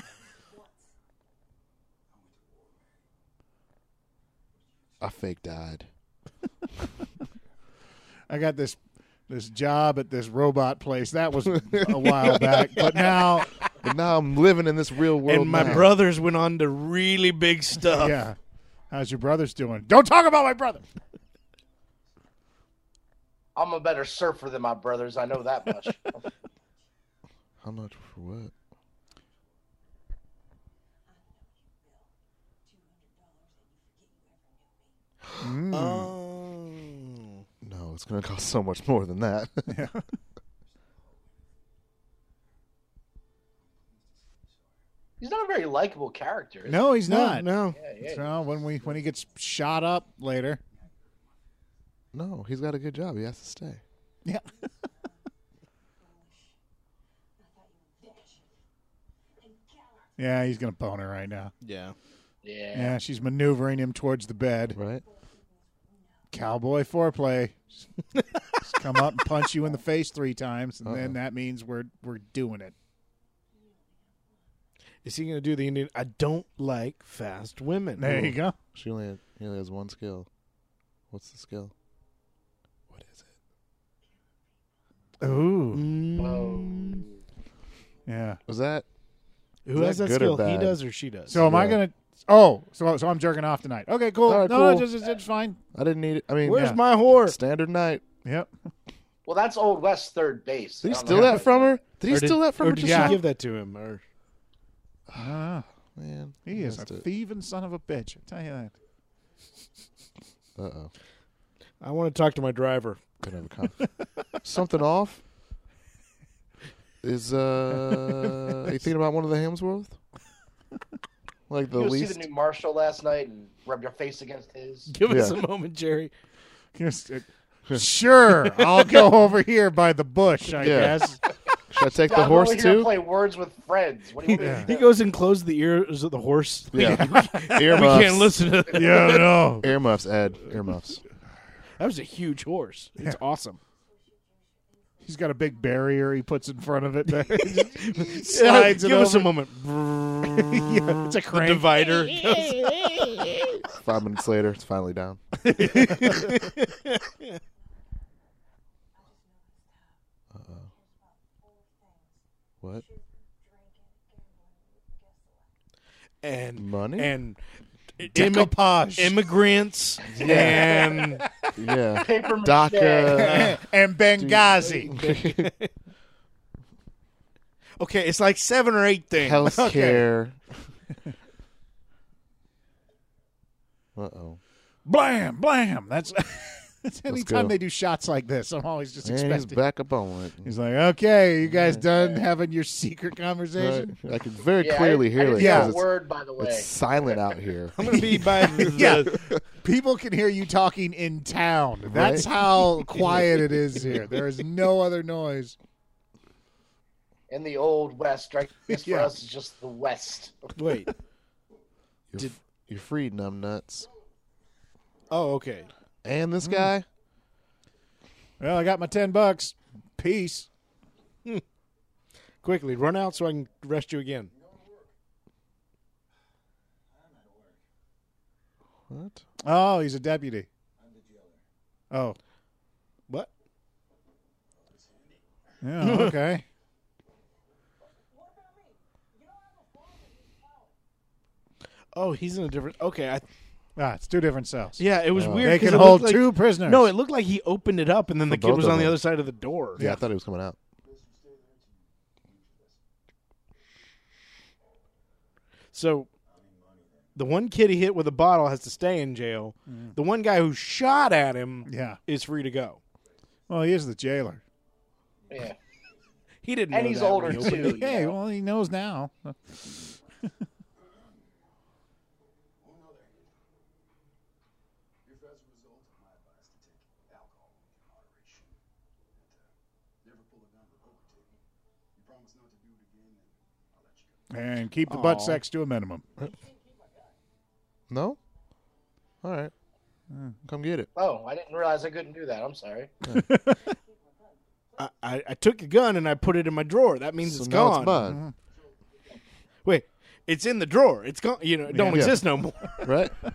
E: I fake died.
A: I got this this job at this robot place. That was a while back, but now,
E: But now I'm living in this real world.
C: and my
E: now.
C: brothers went on to really big stuff.
A: yeah. How's your brother's doing? Don't talk about my brother.
B: I'm a better surfer than my brothers. I know that much.
E: How much for what?
C: Oh.
E: No, it's going to cost so much more than that.
B: He's not a very likable character. is
A: No, he's
C: No,
A: not.
C: no.
A: So when we when he gets shot up later,
E: no, he's got a good job. He has to stay.
A: yeah, yeah, he's gonna bone her right now.
C: Yeah.
B: he? Yeah.
A: Yeah, she's maneuvering him towards the bed.
E: Right?
A: Cowboy foreplay. Just come up and punch you in the face three times, and then that means we're we're doing it.
C: Is he going to do the Indian? I don't like fast women.
A: There you go.
E: She only, had, he only has one skill. What's the skill? What is it?
A: Ooh,
B: Whoa.
A: yeah.
E: Was that?
C: Who has
E: Is that
C: that
E: good or
C: skill? He
E: bad?
C: does or she does.
A: So am I
E: Yeah.
A: gonna? Oh, so so I'm jerking off tonight. Okay, cool.
E: All right,
A: no,
E: cool.
A: It's, it's, it's fine.
E: I didn't need it. I mean,
C: where's
A: yeah.
C: my whore?
E: standard night.
A: Yep.
B: Well, that's Old West third base. I
E: Did he
B: don't
E: steal
B: know.
E: that from her? Did he
C: Or did-
E: steal that from
C: or
E: her?
C: did
E: just
A: yeah.
C: she
E: now?
C: give that to him? Or
A: Ah,
E: Man,
A: he is a
E: missed it.
A: thieving son of a bitch. I tell you that.
E: Uh-oh.
C: I want to talk to my driver.
E: Could have a conf- Something off. Is uh, are you thinking about one of the Hemsworth? Like the
B: You
E: least.
B: see the new Marshall last night and rub your face against his.
C: Give us
E: Yeah.
C: a moment, Jerry.
A: Just, uh, sure, I'll go over here by the bush. I
E: Yeah.
A: guess.
E: Should I take
B: Yeah,
E: the
B: I'm
E: horse
B: over here to
E: too?
B: Play words with friends. What do you want me to
A: Yeah.
B: do?
C: He goes and closes the ears of the horse.
E: Yeah.
C: We
E: Earmuffs.
C: can't listen to that.
A: Yeah, no.
E: Earmuffs, Ed. Earmuffs.
C: That was a huge horse. It's awesome.
A: He's got a big barrier he puts in front of it. There.
C: Slides
A: it
C: Give us a
A: over.
C: moment.
A: yeah, it's a
C: The
A: crank.
C: divider.
E: Five minutes later, it's finally down. Uh-oh. What?
C: and
E: Money?
C: and
A: Decoupage.
C: immigrants and
E: yeah.
B: Paper mache.
E: DACA.
A: and Benghazi.
C: okay, it's like seven or eight things.
E: Healthcare. Uh oh.
A: Blam, blam. That's, that's anytime
E: go.
A: they do shots like this, I'm always just
E: And he's
A: expecting.
E: back up on it.
A: He's like, okay, you guys done having your secret conversation?
E: I can very
B: Yeah, I-
E: clearly
B: I
E: hear
B: didn't
E: it.
B: say
A: Yeah.
B: a
E: 'cause it's,
B: word, by the way.
E: it's silent out here.
C: I'm gonna be by the,
A: Yeah. People can hear you talking in town. That's how quiet it is here. There is no other noise.
B: In the Old West, right? This
A: Yeah.
B: for us is just the West.
C: wait.
E: You're, f- you're free, numbnuts.
C: Oh, okay.
E: And
B: Mm.
E: this guy?
A: Well, I got my 10 bucks. Peace.
C: Quickly, run out so I can rest you again.
E: What?
A: Oh, he's a deputy. Oh,
C: What?
A: yeah, okay.
C: Oh, he's in a different. Okay, I,
A: ah, it's two different cells.
C: yeah, it
E: Uh,
C: was weird.
A: They
C: 'cause
A: can
C: it
A: hold
C: looked like-
A: two prisoners.
C: No, it looked like he opened it up and then the
E: both
C: kid was
E: of
C: on the
E: them.
C: other side of the door.
E: Yeah, I thought he was coming out.
C: So the one kid he hit with a bottle has to stay in jail.
B: Mm.
C: The one guy who shot at him
A: Yeah.
C: is free to go.
A: Well, he is the jailer.
B: Yeah.
C: He didn't.
B: And
C: know
B: he's
C: that
B: older
C: when he opened
B: too.
A: Hey,
B: you know.
A: well, he knows now. uh, And keep the butt
C: Aw.
A: sex to a minimum.
E: No? All right.
A: Hmm.
E: Come get it.
B: Oh, I didn't realize I couldn't do that. I'm sorry.
C: I, I, I took a gun and I put it in my drawer. That means
E: So
C: it's gone.
E: now it's
A: Mm-hmm.
E: mine,
C: Wait, it's in the drawer. It's gone. You know, it don't
E: Yeah.
C: exist no more.
E: right?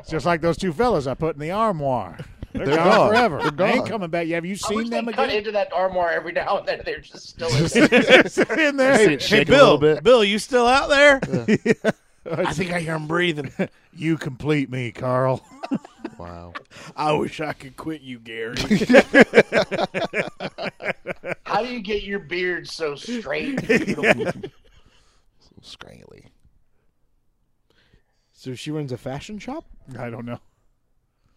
A: It's just like those two fellas I put in the armoire. They're,
E: They're
A: gone,
E: gone.
A: forever.
E: They're
A: They ain't
E: gone.
A: coming back. Yeah, have you
B: I wish
A: seen
B: they
A: them
B: cut
A: again?
B: into that armor every now and then. They're just still in it.
A: in there.
C: Hey,
E: shake it a
C: Bill,
E: little bit.
C: Bill, you still out there? I think I hear him breathing.
A: You complete me, Carl.
E: Wow.
C: I wish I could quit you, Gary.
B: How do you get your beard so straight?
E: Scrangly.
C: so she runs a fashion shop.
A: I don't know.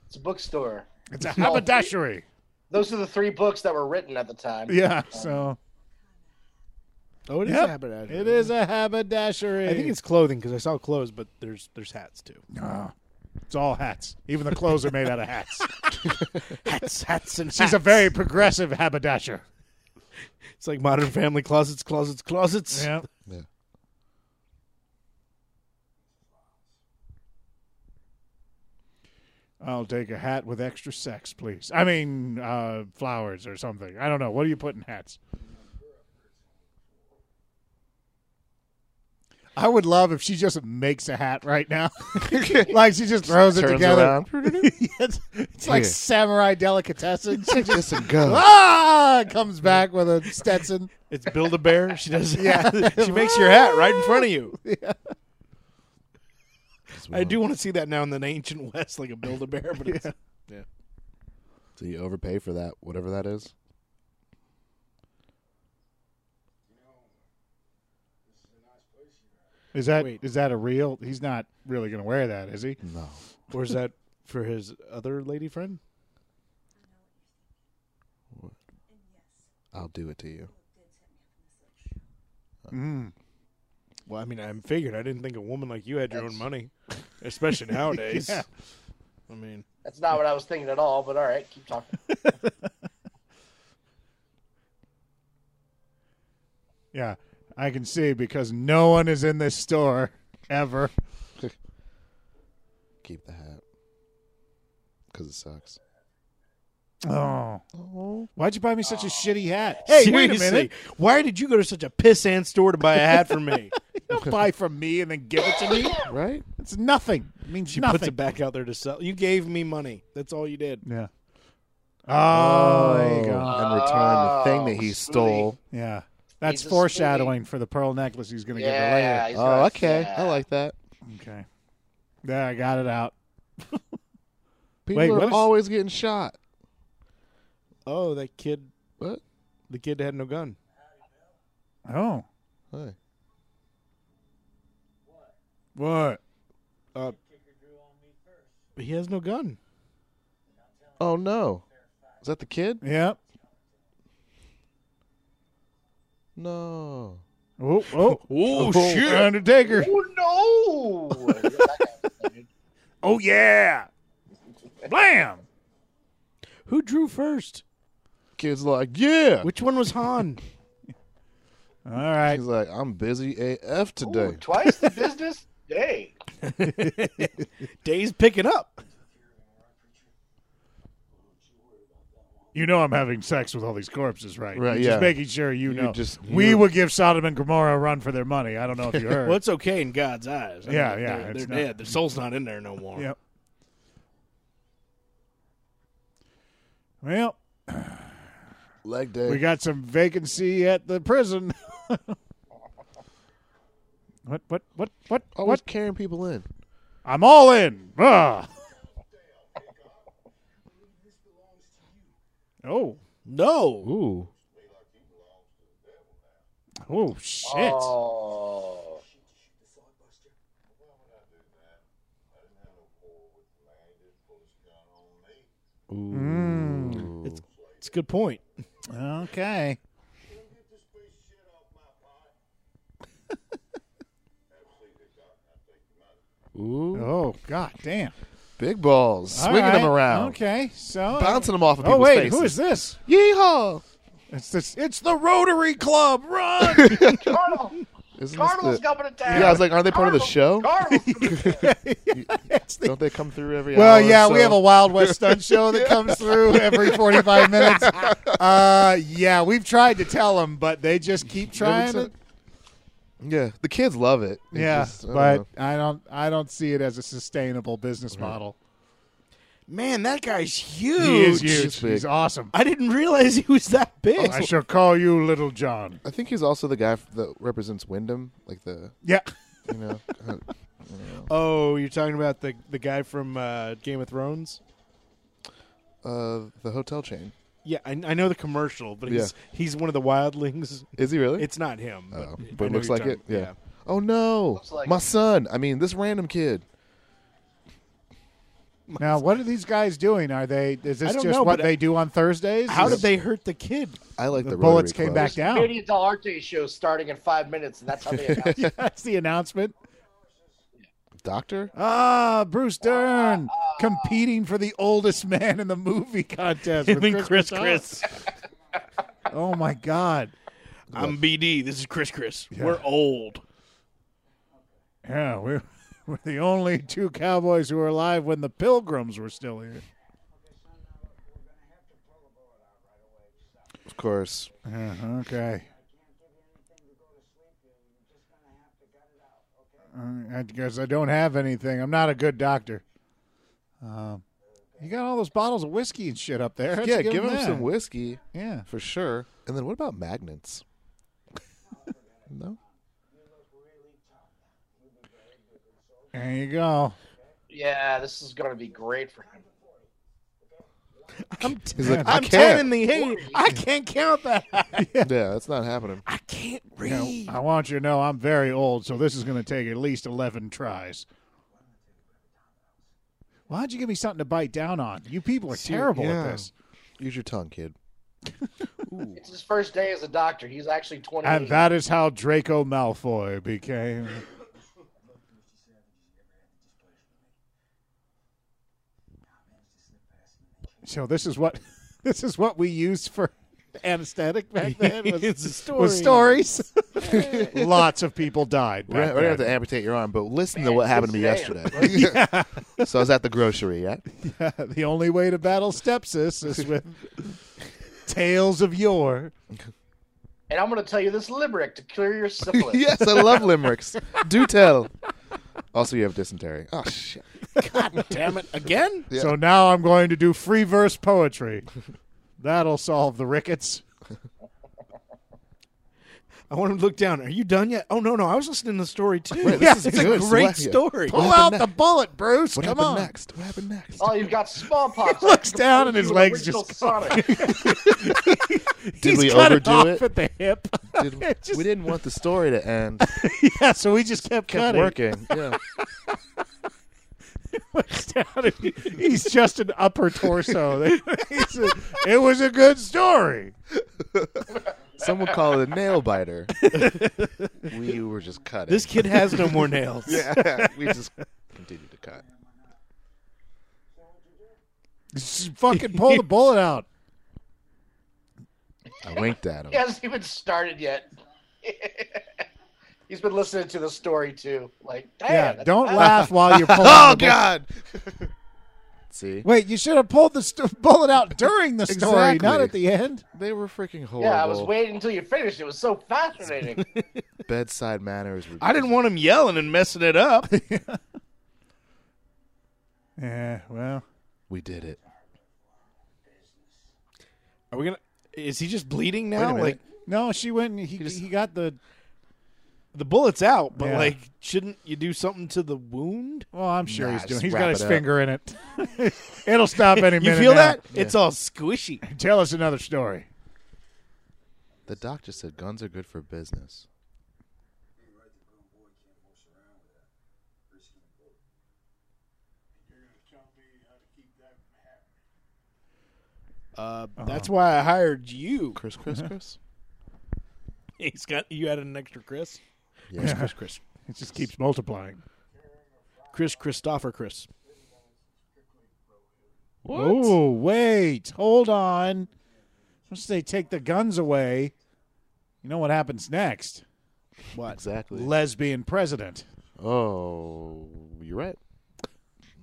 B: It's a bookstore.
A: It's a haberdashery.
B: Those are the three books that were written at the time.
A: Yeah, so
C: Oh, it is
A: Yep.
C: a haberdasher.
A: it is a haberdashery.
C: I think it's clothing because I saw clothes, but there's there's hats too.
A: Ah, it's all hats. Even the clothes are made out of hats.
C: Hats, hats, and
A: She's a very progressive haberdasher.
C: It's like Modern Family closets, closets, closets.
A: Yeah.
E: Yeah.
A: I'll take a hat with extra sex, please. I mean, uh, flowers or something. I don't know. What do you put in hats? I would love if she just makes a hat right now. like she just throws it
E: Turns
A: together.
E: around.
A: it's it's like
E: Yeah.
A: samurai delicatessen. She just
E: Just a go.
A: ah comes back with a Stetson.
C: It's Build a Bear. She does.
A: Yeah.
C: she makes your hat right in front of you. I do want to see that now in the ancient West, like a Build a Bear, but it's,
E: So you overpay for that, whatever that is.
A: Is that is
C: Wait.
A: that a real? He's not really going to wear that, is he?
E: No.
C: or is that for his other lady friend?
E: I'll do it to you.
C: Well, I mean, I figured I didn't think a woman like you had your own money, especially nowadays.
A: Yeah.
C: I mean,
B: That's not what I was thinking at all, but all right, keep talking.
A: Yeah, I can see because no one is in this store ever.
E: Keep the hat. Because it sucks.
A: Oh, why'd you buy me such a shitty hat?
C: Oh. seriously, why did you go to such a pissant store to buy a hat for me?
A: Don't buy from me and then give it to me.
E: Right?
A: It's nothing. It means
C: She
A: nothing.
C: puts it back out there to sell. You gave me money. That's all you did.
A: Yeah. Oh, there you go.
E: And return the thing that he
B: Oh,
E: stole.
A: yeah. That's
B: He's a
A: foreshadowing for the pearl necklace he's going to get her later.
B: Yeah. he's
E: Oh,
B: gonna-
E: okay.
B: yeah.
E: I like that.
A: Okay. There, I got it out.
E: People
A: Wait,
E: are
A: what is-
E: always getting shot.
C: Oh, that kid,
E: What?
C: the kid had no gun.
A: Oh.
E: Hey.
A: What?
C: Uh, he has no gun.
E: Oh, no. Is that the kid?
A: Yep.
E: No.
A: Oh, oh,
C: Oh,
A: Undertaker.
B: Oh no! Yeah, that guy was like,
A: Oh, yeah. Blam.
C: Who drew first?
E: Kid's like, yeah.
C: Which one was Han?
A: All right.
E: He's like, I'm busy AF
B: "Ooh,
E: today.
B: twice the business. Hey,
C: Day's picking up.
A: You know I'm having sex with all these corpses, right?
E: Right,
A: You're
E: yeah.
A: Just making sure you
E: You
A: know.
E: just-
A: we
E: you're-
A: would give Sodom and Gomorrah a run for their money. I don't know if you heard.
C: Well, it's okay in God's eyes. I
A: Yeah,
C: mean,
A: yeah,
C: They're,
A: it's
C: they're
A: not-
C: dead. Their soul's not in there no more.
A: Yep. Well,
E: Leg day.
A: we got some vacancy at the prison. what? What? What? What?
E: always
A: What?
E: carrying people in.
A: I'm all in. Ah. Oh.
C: No.
E: Ooh.
A: Oh shit.
B: oh,
E: Ooh.
C: It's, it's a good point.
A: Okay.
E: Ooh.
A: Oh god damn.
E: Big balls. Swinging them
A: All right.
E: around.
A: Okay. So
E: Bouncing them off of
A: Oh
E: people's
A: wait,
E: faces.
A: who is this?
E: Yeehaw!
A: It's this. It's the Rotary Club. Run!
B: Carnival!
E: Isn't this
B: Carnival's
E: the-
B: coming to town.
E: yeah, I was like, aren't they part of the show?
B: Carnival's coming to town.
E: Don't they come through every
A: Well,
E: hour or
A: yeah, we
E: so?
A: have a Wild West stunt show that comes through every 45 minutes. Uh, yeah, we've tried to tell them, but they just keep trying
E: time.
A: it.
E: Yeah, the kids love it. It's
A: Yeah,
E: just- I don't
A: but
E: know.
A: I don't, I don't see it as a sustainable business model.
C: Man, that guy's huge.
A: He is
E: He's
A: huge.
E: big.
A: He's awesome.
C: I didn't realize he was that big.
A: I shall call you Little John.
E: I think he's also the guy f- that represents Wyndham, like the
A: Yeah.
E: you know. uh,
C: Oh, you're talking about the the guy from uh, Game of Thrones?
E: Uh, the hotel chain.
C: Yeah, I, I know the commercial, but he's he's one of the wildlings.
E: Is he really?
C: It's not him, but,
E: Oh,
C: I
E: but
C: know
E: looks
C: you're
E: like it.
C: talking-
E: Yeah. Oh no,
B: Looks like
E: my
B: it.
E: son. I mean, this random kid.
A: Now, what are these guys doing? Are they? Is
C: I
A: this
C: don't
A: just
C: know,
A: what
E: uh,
C: but-
A: they do on Thursdays?
C: How
A: Is-
C: did they hurt the kid?
E: I like
A: The
E: the,
A: bullets
E: Rotary
A: came
E: Club.
A: back down.
B: Media Del Arte show starting in five minutes, and that's how they announce. it.
A: That's the announcement.
E: Doctor.
A: Ah, Bruce Dern competing for the oldest man in the movie contest with Chris. Christopher. Oh my God!
C: I'm BD. This is Chris Chris. We're old.
A: Yeah, we're we're the only two cowboys who were alive when the Pilgrims were still here.
E: Of course.
A: Yeah, Uh-huh, okay. Uh, I guess I don't have anything. I'm not a good doctor. Um, you got all those bottles of whiskey and shit up there. Let's
E: yeah, give him
A: that.
E: some whiskey
A: Yeah.
E: for sure. And then what about magnets? no.
A: There you go.
B: yeah, this is going to be great for him.
C: I'm,
E: He's like, I
C: I'm
E: can't.
C: ten in the eight. I can't count that.
E: Yeah, that's not happening.
C: I can't
A: You know,
C: read.
A: I want you to know I'm very old, so this is going to take at least 11 tries. Why'd you give me something to bite down on? You people are terrible at
C: yeah.
A: this.
E: Use your tongue, kid.
B: It's his first day as a doctor. He's actually twenty.
A: And that is how Draco Malfoy became. So this is what this is what we used for anesthetic back then. Was,
C: It's a
A: was stories. Lots of people died.
E: We're,
A: Back
E: we're gonna have
A: then.
E: to amputate your arm, but listen to what happened to me
B: it's
E: yesterday. so I was at the grocery. Yeah.
A: the only way to battle stepsis is with tales of yore.
B: And I'm going to tell you this limerick to cure your syphilis.
E: yes, I love limericks. Do tell. Also, you have dysentery. Oh shit.
C: Damn it again.
E: Yeah.
A: So now I'm going to do free verse poetry. That'll solve the rickets.
C: I want him to look down. Are you done yet? Oh no, no. I was listening to the story too.
E: Wait, this
C: yeah,
E: is
C: it's
E: good.
C: a great
E: It's- yeah.
C: story.
E: Pull
A: Pull
E: happened
A: out
E: next?
A: the bullet, Bruce.
E: What
A: Come
E: happened
A: on.
E: next? What happened next?
B: Oh, you've got smallpox.
A: looks down and his legs
B: Original
A: just-
B: Sonic.
E: Did
A: He's
E: we
A: cut
E: overdo
A: off
E: it?
A: at the hip?
E: Did-
A: It just-
E: we didn't want the story to end.
A: yeah, so we just kept,
E: Kept
A: cutting.
E: working. Yeah.
A: Looks down and he- he's just an upper torso. He's a- it was a good story.
E: Some would call it a nail biter. we were just cutting.
C: This kid has no more nails.
E: yeah, we just continued to cut.
A: Just fucking pull the bullet out.
E: I winked at him.
B: he hasn't even started yet. He's been listening to the story too. Like, damn,
A: Yeah,
B: that's
A: don't
B: bad.
A: laugh while you're pulling.
E: Oh
A: the bullet.
E: God! See,
A: Wait, you should have pulled the st- bullet out during the story, not
E: Exactly.
A: at the end.
E: they were freaking horrible.
B: Yeah, I was waiting until you finished. It was so fascinating.
E: Bedside manners. Were
C: I didn't want him yelling and messing it up.
A: Yeah, well,
E: We did it.
C: Are we gonna? Is he just bleeding
E: Wait a
C: now?
E: minute.
C: Like
A: no, she went. And he he,
E: just-
A: got the.
C: the bullet's out, but
A: Yeah.
C: like, shouldn't you do something to the wound?
A: Well, I'm sure
E: Nah,
A: he's doing.
E: just
A: He's
E: wrap
A: got his
E: it up.
A: finger in it. It'll stop any
C: You
A: minute.
C: feel
A: now.
C: that? It's all squishy.
A: Tell us another story.
E: The doctor said guns are good for business.
C: Uh, That's why I hired you.
E: Chris, Chris, Chris.
C: He's got you added an extra Chris.
E: Yeah.
C: Chris, Chris,
A: It just keeps multiplying.
C: Chris, Christopher, Chris.
A: Oh, wait. Hold on. Once they take the guns away, you know what happens next?
C: What?
E: Exactly.
A: Lesbian president.
E: oh, you're right.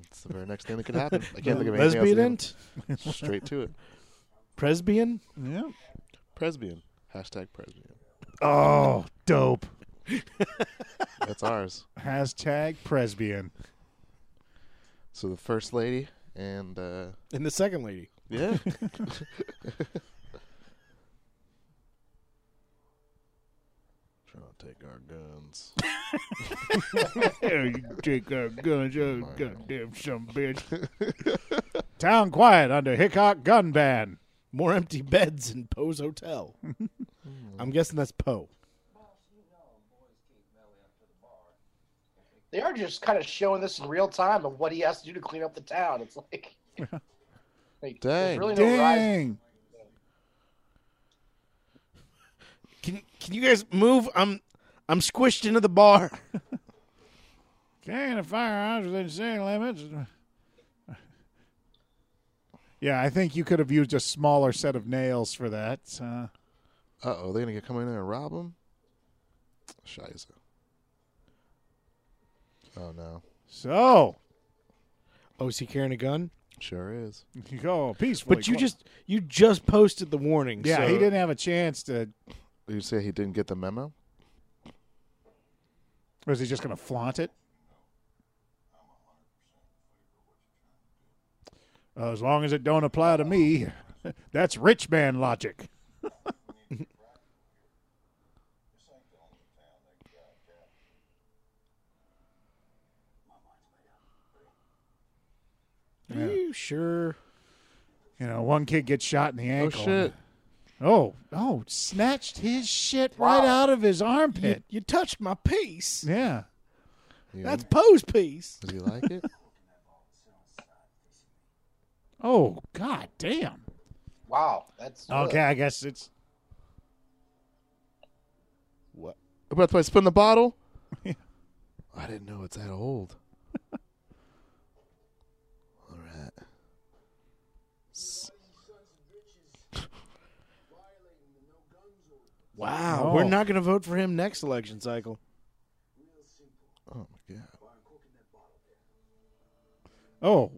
E: It's the very next thing that could happen. I can't think of anything else.
C: Lesbian?
E: Straight to it.
C: Presbian?
A: Yeah.
E: Presbian. Hashtag Presbian.
A: Oh, dope.
E: That's ours.
A: Hashtag presbian.
E: So the first lady and uh,
C: And the second lady.
E: yeah, trying to take our guns.
C: Yeah, you take our guns, you goddamn some bitch.
A: Town quiet under Hickok gun ban.
C: More empty beds in Poe's hotel. I'm guessing that's Poe.
B: They are just kind of showing this in real time of what he has to do to clean up the town. It's like, like there's
E: Dang.
B: really no rise.
A: Dang.
C: Can can you guys move? I'm I'm squished into the bar.
A: Can of firearms within city limits. Yeah, I think you could have used a smaller set of nails for that. Uh,
E: Uh oh, they're gonna get come in there and rob him. Scheiße. Oh no,
A: so
C: Oh, is he carrying a gun?
E: sure is.
A: you go oh, peacefully.
C: But you
A: Qu-
C: just you just posted the warning.
A: yeah,
C: so
A: he didn't have a chance to.
E: You say he didn't get the memo?
A: Or is he just going to flaunt it? As long as it don't apply to me, that's rich man logic.
C: Are you sure?
A: You know, one kid gets shot in the
E: Oh
A: ankle.
E: shit!
A: Oh, oh, snatched his shit right out of his armpit.
C: You touched my piece.
A: Yeah.
E: You-
C: That's Poe's piece.
E: Does he like it?
A: Oh, god damn.
B: Wow, that's
A: Okay, I guess it's
E: what? About to spin the bottle. I didn't know it's that old. All right.
C: Wow,
A: No.
C: we're not going to vote for him next election cycle.
E: Oh my god.
A: oh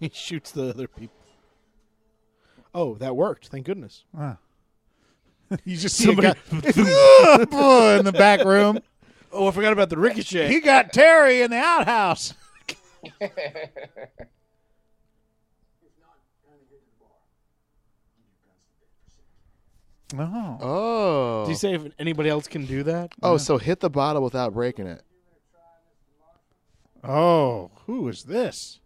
C: He shoots the other people. Oh, that worked! Thank goodness.
A: you just see somebody in the back room.
C: Oh, I forgot about the ricochet.
A: He got Terry in the outhouse. Oh.
E: Oh.
C: Do you say if anybody else can do that?
E: oh, so hit the bottle without breaking it.
A: Oh, who is this?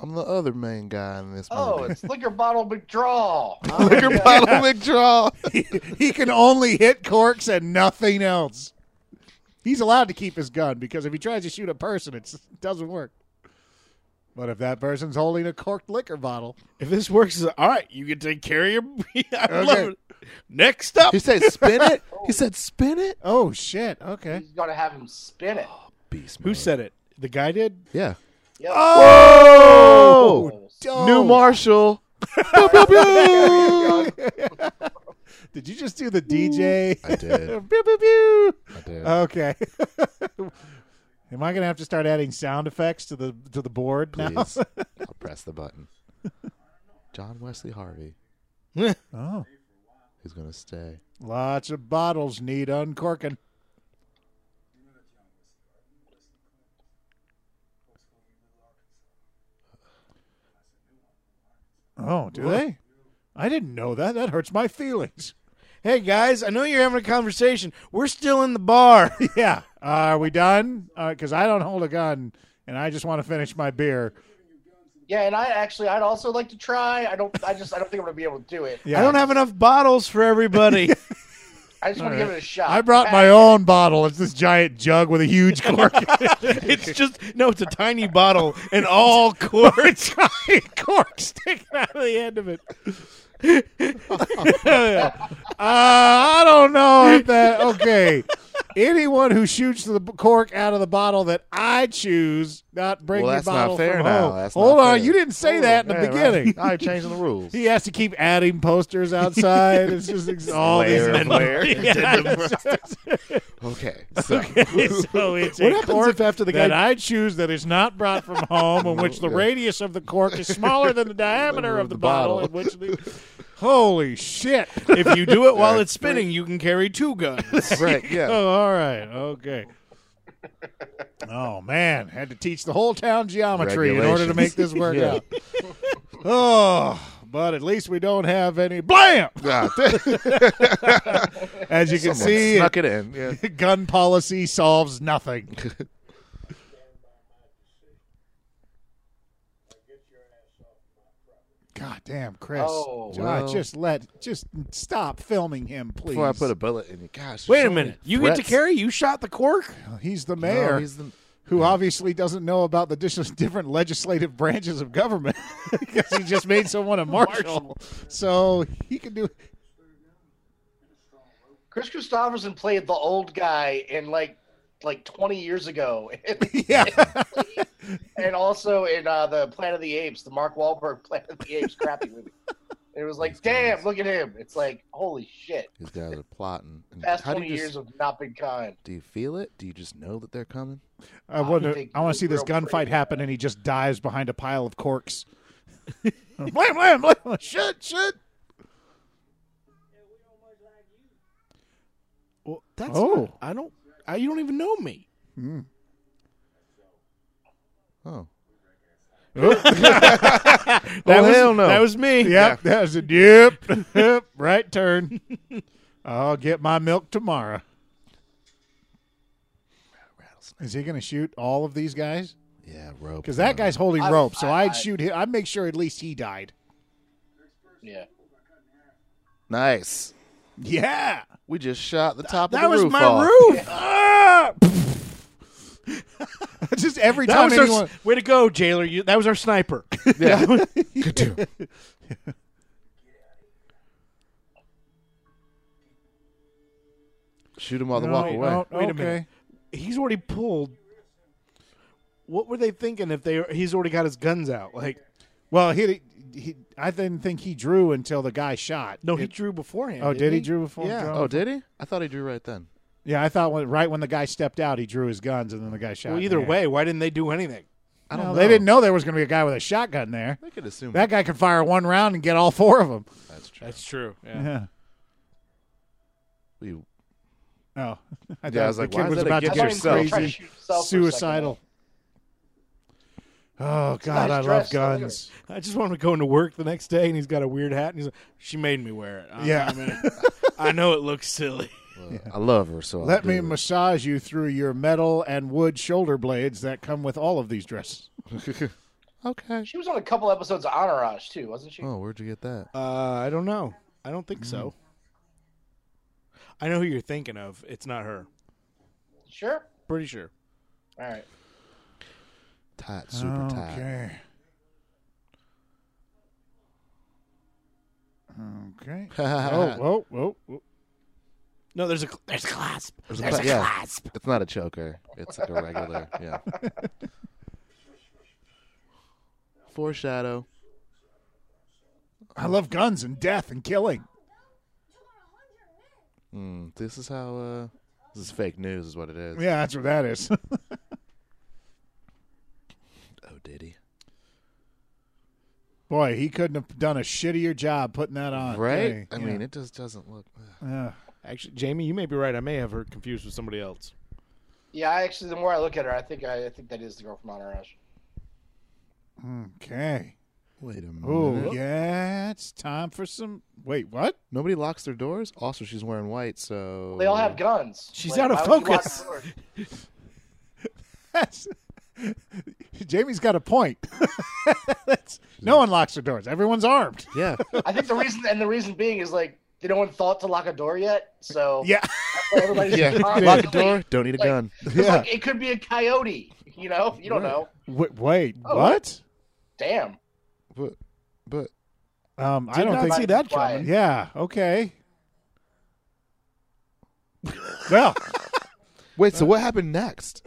E: I'm the other main guy in this
B: Oh,
E: movie.
B: it's liquor bottle withdrawal.
E: liquor bottle withdrawal.
A: he can only hit corks and nothing else. He's allowed to keep his gun because if he tries to shoot a person, it's, it doesn't work. But if that person's holding a corked liquor bottle,
C: If this works, it's- all right, you can take care of your. I love
A: Okay.
C: it. Next up,
E: He said, "Spin it." He said, "Spin it."
A: oh shit, okay.
B: He's gonna have him spin it.
E: Beast.
C: who
E: mode.
C: said it? The guy did.
E: Yeah.
B: Yep.
E: Oh,
A: Oh.
E: new Marshall. Pew, pew, pew.
A: Did you just do the DJ?
E: I did.
A: Pew, pew, pew.
E: I did.
A: Okay. Am I gonna have to start adding sound effects to the to the board now?
E: Please, I'll press the button. John Wesley Harvey.
A: Oh,
E: Who's gonna stay?
A: lots of bottles need uncorking. Oh, do they? I didn't know that. That hurts my feelings.
C: Hey guys, I know you're having a conversation. We're still in the bar.
A: Yeah. Uh, are we done? Because I don't hold a gun, and I just want to finish my beer.
B: Yeah, and I actually, I'd also like to try. I don't. I just, I don't think I'm gonna be able to do it.
A: Yeah.
C: I don't have enough bottles for everybody.
B: I just want to give it a shot.
A: I brought my own bottle. It's this giant jug with a huge cork.
C: it's just no, it's a tiny bottle and all quarts.
A: giant cork sticking out of the end of it. uh, I don't know if that. Okay. Anyone who shoots the b- cork out of the bottle that I choose, not bring
E: Well,
A: your
E: that's not
A: bottle
E: fair
A: from
E: now.
A: home.
E: That's not
A: Hold on,
E: fair. Oh,
A: you didn't say that in the beginning.
E: I'm changing the rules.
A: He has to keep adding posters outside. It's just ex- all these.
E: Layer of layer.
A: Yeah.
E: Okay. So,
A: so it's
C: What
A: a
C: happens
A: cork
C: if after the
A: that
C: guy-
A: I choose that is not brought from home, in which the radius of the cork is smaller than the diameter of the,
E: The
A: bottle,
E: bottle.
A: in which the holy shit.
C: if you do it while it's spinning, you can carry two guns.
E: right. Yeah.
A: Oh, all right, Oh, okay. Oh man, had to teach the whole town geometry in order to
E: Regulations.
A: make this work
E: Yeah.
A: out. Oh, but at least we don't have any blam.
E: Ah, someone
A: As you can see,
E: snuck it in. Yeah.
A: gun policy solves nothing. God damn, Chris!
B: Oh,
A: John,
E: well.
A: just let just stop filming him, please.
E: Before I put a bullet in you. Gosh.
C: Wait
E: so
C: a minute.
E: many
C: You get to
E: threats.
C: carry? You shot the cork?
A: He's the
E: No,
A: mayor.
E: he's the-
A: who obviously doesn't know about the dis- different legislative branches of government because he just made someone a marshal. So he can do.
B: Chris Christopherson played the old guy in like like 20 years ago,
A: Yeah.
B: and also in uh, the Planet of the Apes, the Mark Wahlberg Planet of the Apes crappy movie. It was like, damn, look at him. It's like, holy shit.
E: These guys are plotting. And
B: Past
E: how do
B: 20
E: you just-
B: years have not been kind.
E: Do you feel it? Do you just know that they're coming?
A: I want to.
B: think
A: I want to see this
B: we're pretty
A: gunfight
B: bad.
A: happen, and he just dies behind a pile of corks. blam, blam, blam. Shit, shit.
C: Well, that's
A: Oh.
C: not- I don't I, you don't even know me.
E: Oh.
C: That
E: oh,
C: was,
E: hell no.
C: That was me.
A: Yep, that was a yep, yep, right turn. I'll get my milk tomorrow. Is he going to shoot all of these guys?
E: Yeah, rope.
A: Because that
E: man.
A: guy's holding
B: I-
A: rope, so
B: I-
A: I'd
B: I-
A: shoot him. I'd make sure at least he died.
B: Yeah.
E: Nice.
A: Yeah,
E: We just shot the top
C: That
E: of the
C: was
E: roof
C: my
E: off.
C: roof.
A: Ah! just every
C: That
A: time
C: was our s-
A: anyone.
C: way to go, jailer. You, that was our sniper.
E: Yeah. Good too. Shoot him while they
A: No,
E: walk away.
A: no,
C: Wait a
A: okay.
C: minute. He's already pulled. What were they thinking if they? He's already got his guns out. Like
A: Well, he, he. I didn't think he drew until the guy shot.
C: no, he
A: It-
C: drew beforehand.
A: Oh, did
C: didn't
A: he drew before?
C: Yeah.
A: Drew?
E: Oh, did he? I thought he drew right then.
A: yeah. I thought when, right when the guy stepped out, he drew his guns, and then the guy shot.
C: Well,
A: in
C: either
A: the air.
C: way, why didn't they do anything?
E: I don't
A: No,
E: know.
A: they didn't know there was going to be a guy with a shotgun there.
E: They could assume
A: That guy could fire one round and get all four of them.
E: that's true.
C: That's true.
A: Yeah.
E: We- uh,
A: Oh, I,
E: Yeah, I was
A: the
E: like,
A: kid
E: why is
A: was
E: that
A: about
E: against
A: to
B: I
A: get
B: thought he was gonna try to
E: yourself?
A: crazy,
B: shoot himself for a second.
A: suicidal. Oh God,
B: nice
A: I love
B: dress, though, isn't
A: guns.
C: I just want him to go into work the next day, and he's got a weird hat, and he's like, "She made me wear it." I-
A: Yeah.
C: I, mean, I know it looks silly.
E: well, I love her so. I'll
A: Let
E: do
A: me
E: it.
A: massage you through your metal and wood shoulder blades that come with all of these dresses.
E: okay.
B: She was on a couple episodes of Entourage, too, wasn't she?
E: Oh, where'd you get that?
C: Uh, I don't know. I don't think
A: Mm.
C: so. I know who you're thinking of. It's not her.
B: Sure.
C: Pretty sure.
B: All right.
E: Tight, super tight.
A: okay. Okay.
E: Ah.
A: oh, whoa, whoa, whoa.
C: No, there's a cl- there's a clasp. There's,
E: cla-
C: a
E: yeah.
C: clasp.
E: It's not a choker. It's like a regular. yeah. Foreshadow.
A: I love guns and death and killing.
E: Mm, this is how. Uh, this is fake news, is what it is.
A: Yeah, that's what that is.
E: Oh, did he?
A: Boy, he couldn't have done a shittier job putting that on.
E: Right?
A: Hey,
E: I
A: yeah. Ah,
E: mean, it just doesn't look.
A: Yeah.
C: Actually, Jamie, you may be right. I may have her confused with somebody else.
B: Yeah, I actually, the more I look at her, I think I, I think that is the girl from Entourage.
A: Okay.
E: Wait a minute.
A: Oh, yeah. It's time for some. Wait, what?
E: Nobody locks their doors. Also, she's wearing white, so
B: They all have guns.
C: Oh. She's
B: Like,
C: out of
B: why would you lock
C: focus.
B: the door?
A: That's- Jamie's got a point. That's- no one locks their doors. Everyone's armed.
E: Yeah,
B: I think the reason, and the reason being is like, they no one thought to lock a door yet, so
A: Yeah.
B: everybody's
E: yeah.
B: constantly-
E: Lock a door. Don't need a
B: Like-
E: gun.
B: 'cause,
A: Yeah.
B: like, it could be a coyote, you know? You don't
E: Right.
B: know.
A: Wait, wait
B: Oh.
A: what?
B: Damn.
E: But, but
A: Um, I
C: Did
A: don't
C: not
A: think.
C: see that
B: Why?
C: coming.
A: Yeah. Okay. well,
E: wait. So what happened next?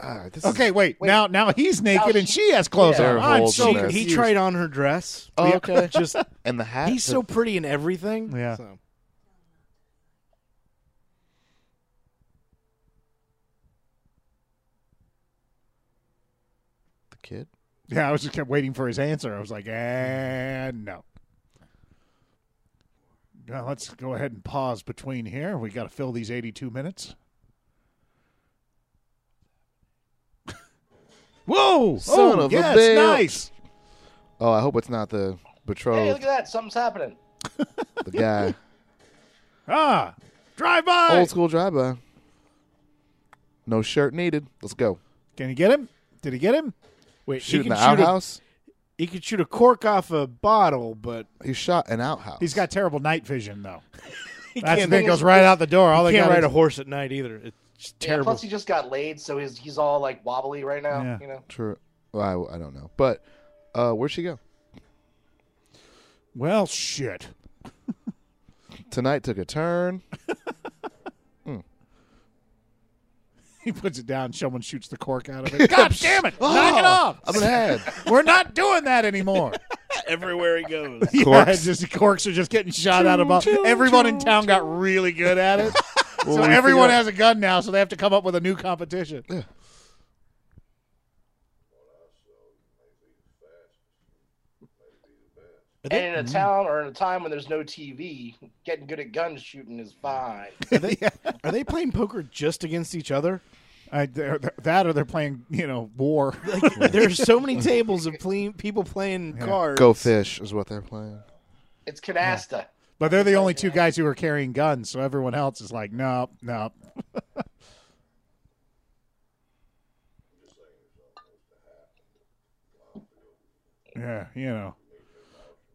E: Ah, this is-
A: okay. Wait. Now, now he's naked
B: Now
A: and she has clothes
B: yeah.
A: on.
E: They're
A: I'm
E: holding
A: so
E: it.
A: confused.
C: He tried on her dress.
E: Oh,
C: Yeah.
E: okay.
C: Just
E: and the hat.
C: he's so pretty in everything.
A: Yeah.
C: So.
E: the kid.
A: Yeah, I was just kept waiting for his answer. I was like, and no. Now let's go ahead and pause between here. We got to fill these 82 minutes. Whoa!
E: Son
A: oh,
E: of a
A: yes,
E: bitch.
A: nice.
E: Oh, I hope it's not
A: Oh.
E: the
B: Hey,
E: betrothed,
B: look at that. Something's happening.
E: the guy.
A: Ah, drive by.
E: Old school drive by. No shirt needed. Let's go.
A: Can you get him? Did he get him?
C: Wait, he
E: Shoot in
C: can
E: the
C: shoot a-
E: outhouse.
C: he could shoot a cork off a bottle, but
E: He shot an outhouse.
A: He's got terrible night vision though.
C: he
A: That's the
C: can't.
A: thing goes right out the door. All
C: he
A: they
C: can't
A: got is-
C: ride a horse at night either. It's just
B: Yeah,
C: terrible.
B: plus, he just got laid, so he's he's all like wobbly right now.
A: Yeah.
B: You know,
E: True. Well, I, I don't know. But uh, where'd she go?
A: well, shit.
E: Tonight took a turn.
A: He puts it down. Someone shoots the cork out of it. God damn it! Knock it off.
E: Oh, I'm an head.
A: We're not doing that anymore.
C: Everywhere he goes.
A: Yeah, it's just corks are just getting shot out of. All. Everyone in town got really good at it. so
E: we
A: everyone
E: figure-
A: has a gun now, so they have to come up with a new competition.
B: and
A: Mm-hmm.
B: in a town or in a time when there's no TV, getting good at gun shooting is fine.
C: Are they, are they playing poker just against each other?
A: I, they're, they're- that or they're playing, you know, war.
C: There's so many tables of ple- people playing cards.
E: Go fish is what they're playing.
B: It's canasta.
A: But they're the only two guys who are carrying guns, so everyone else is like, no, no. yeah, you know,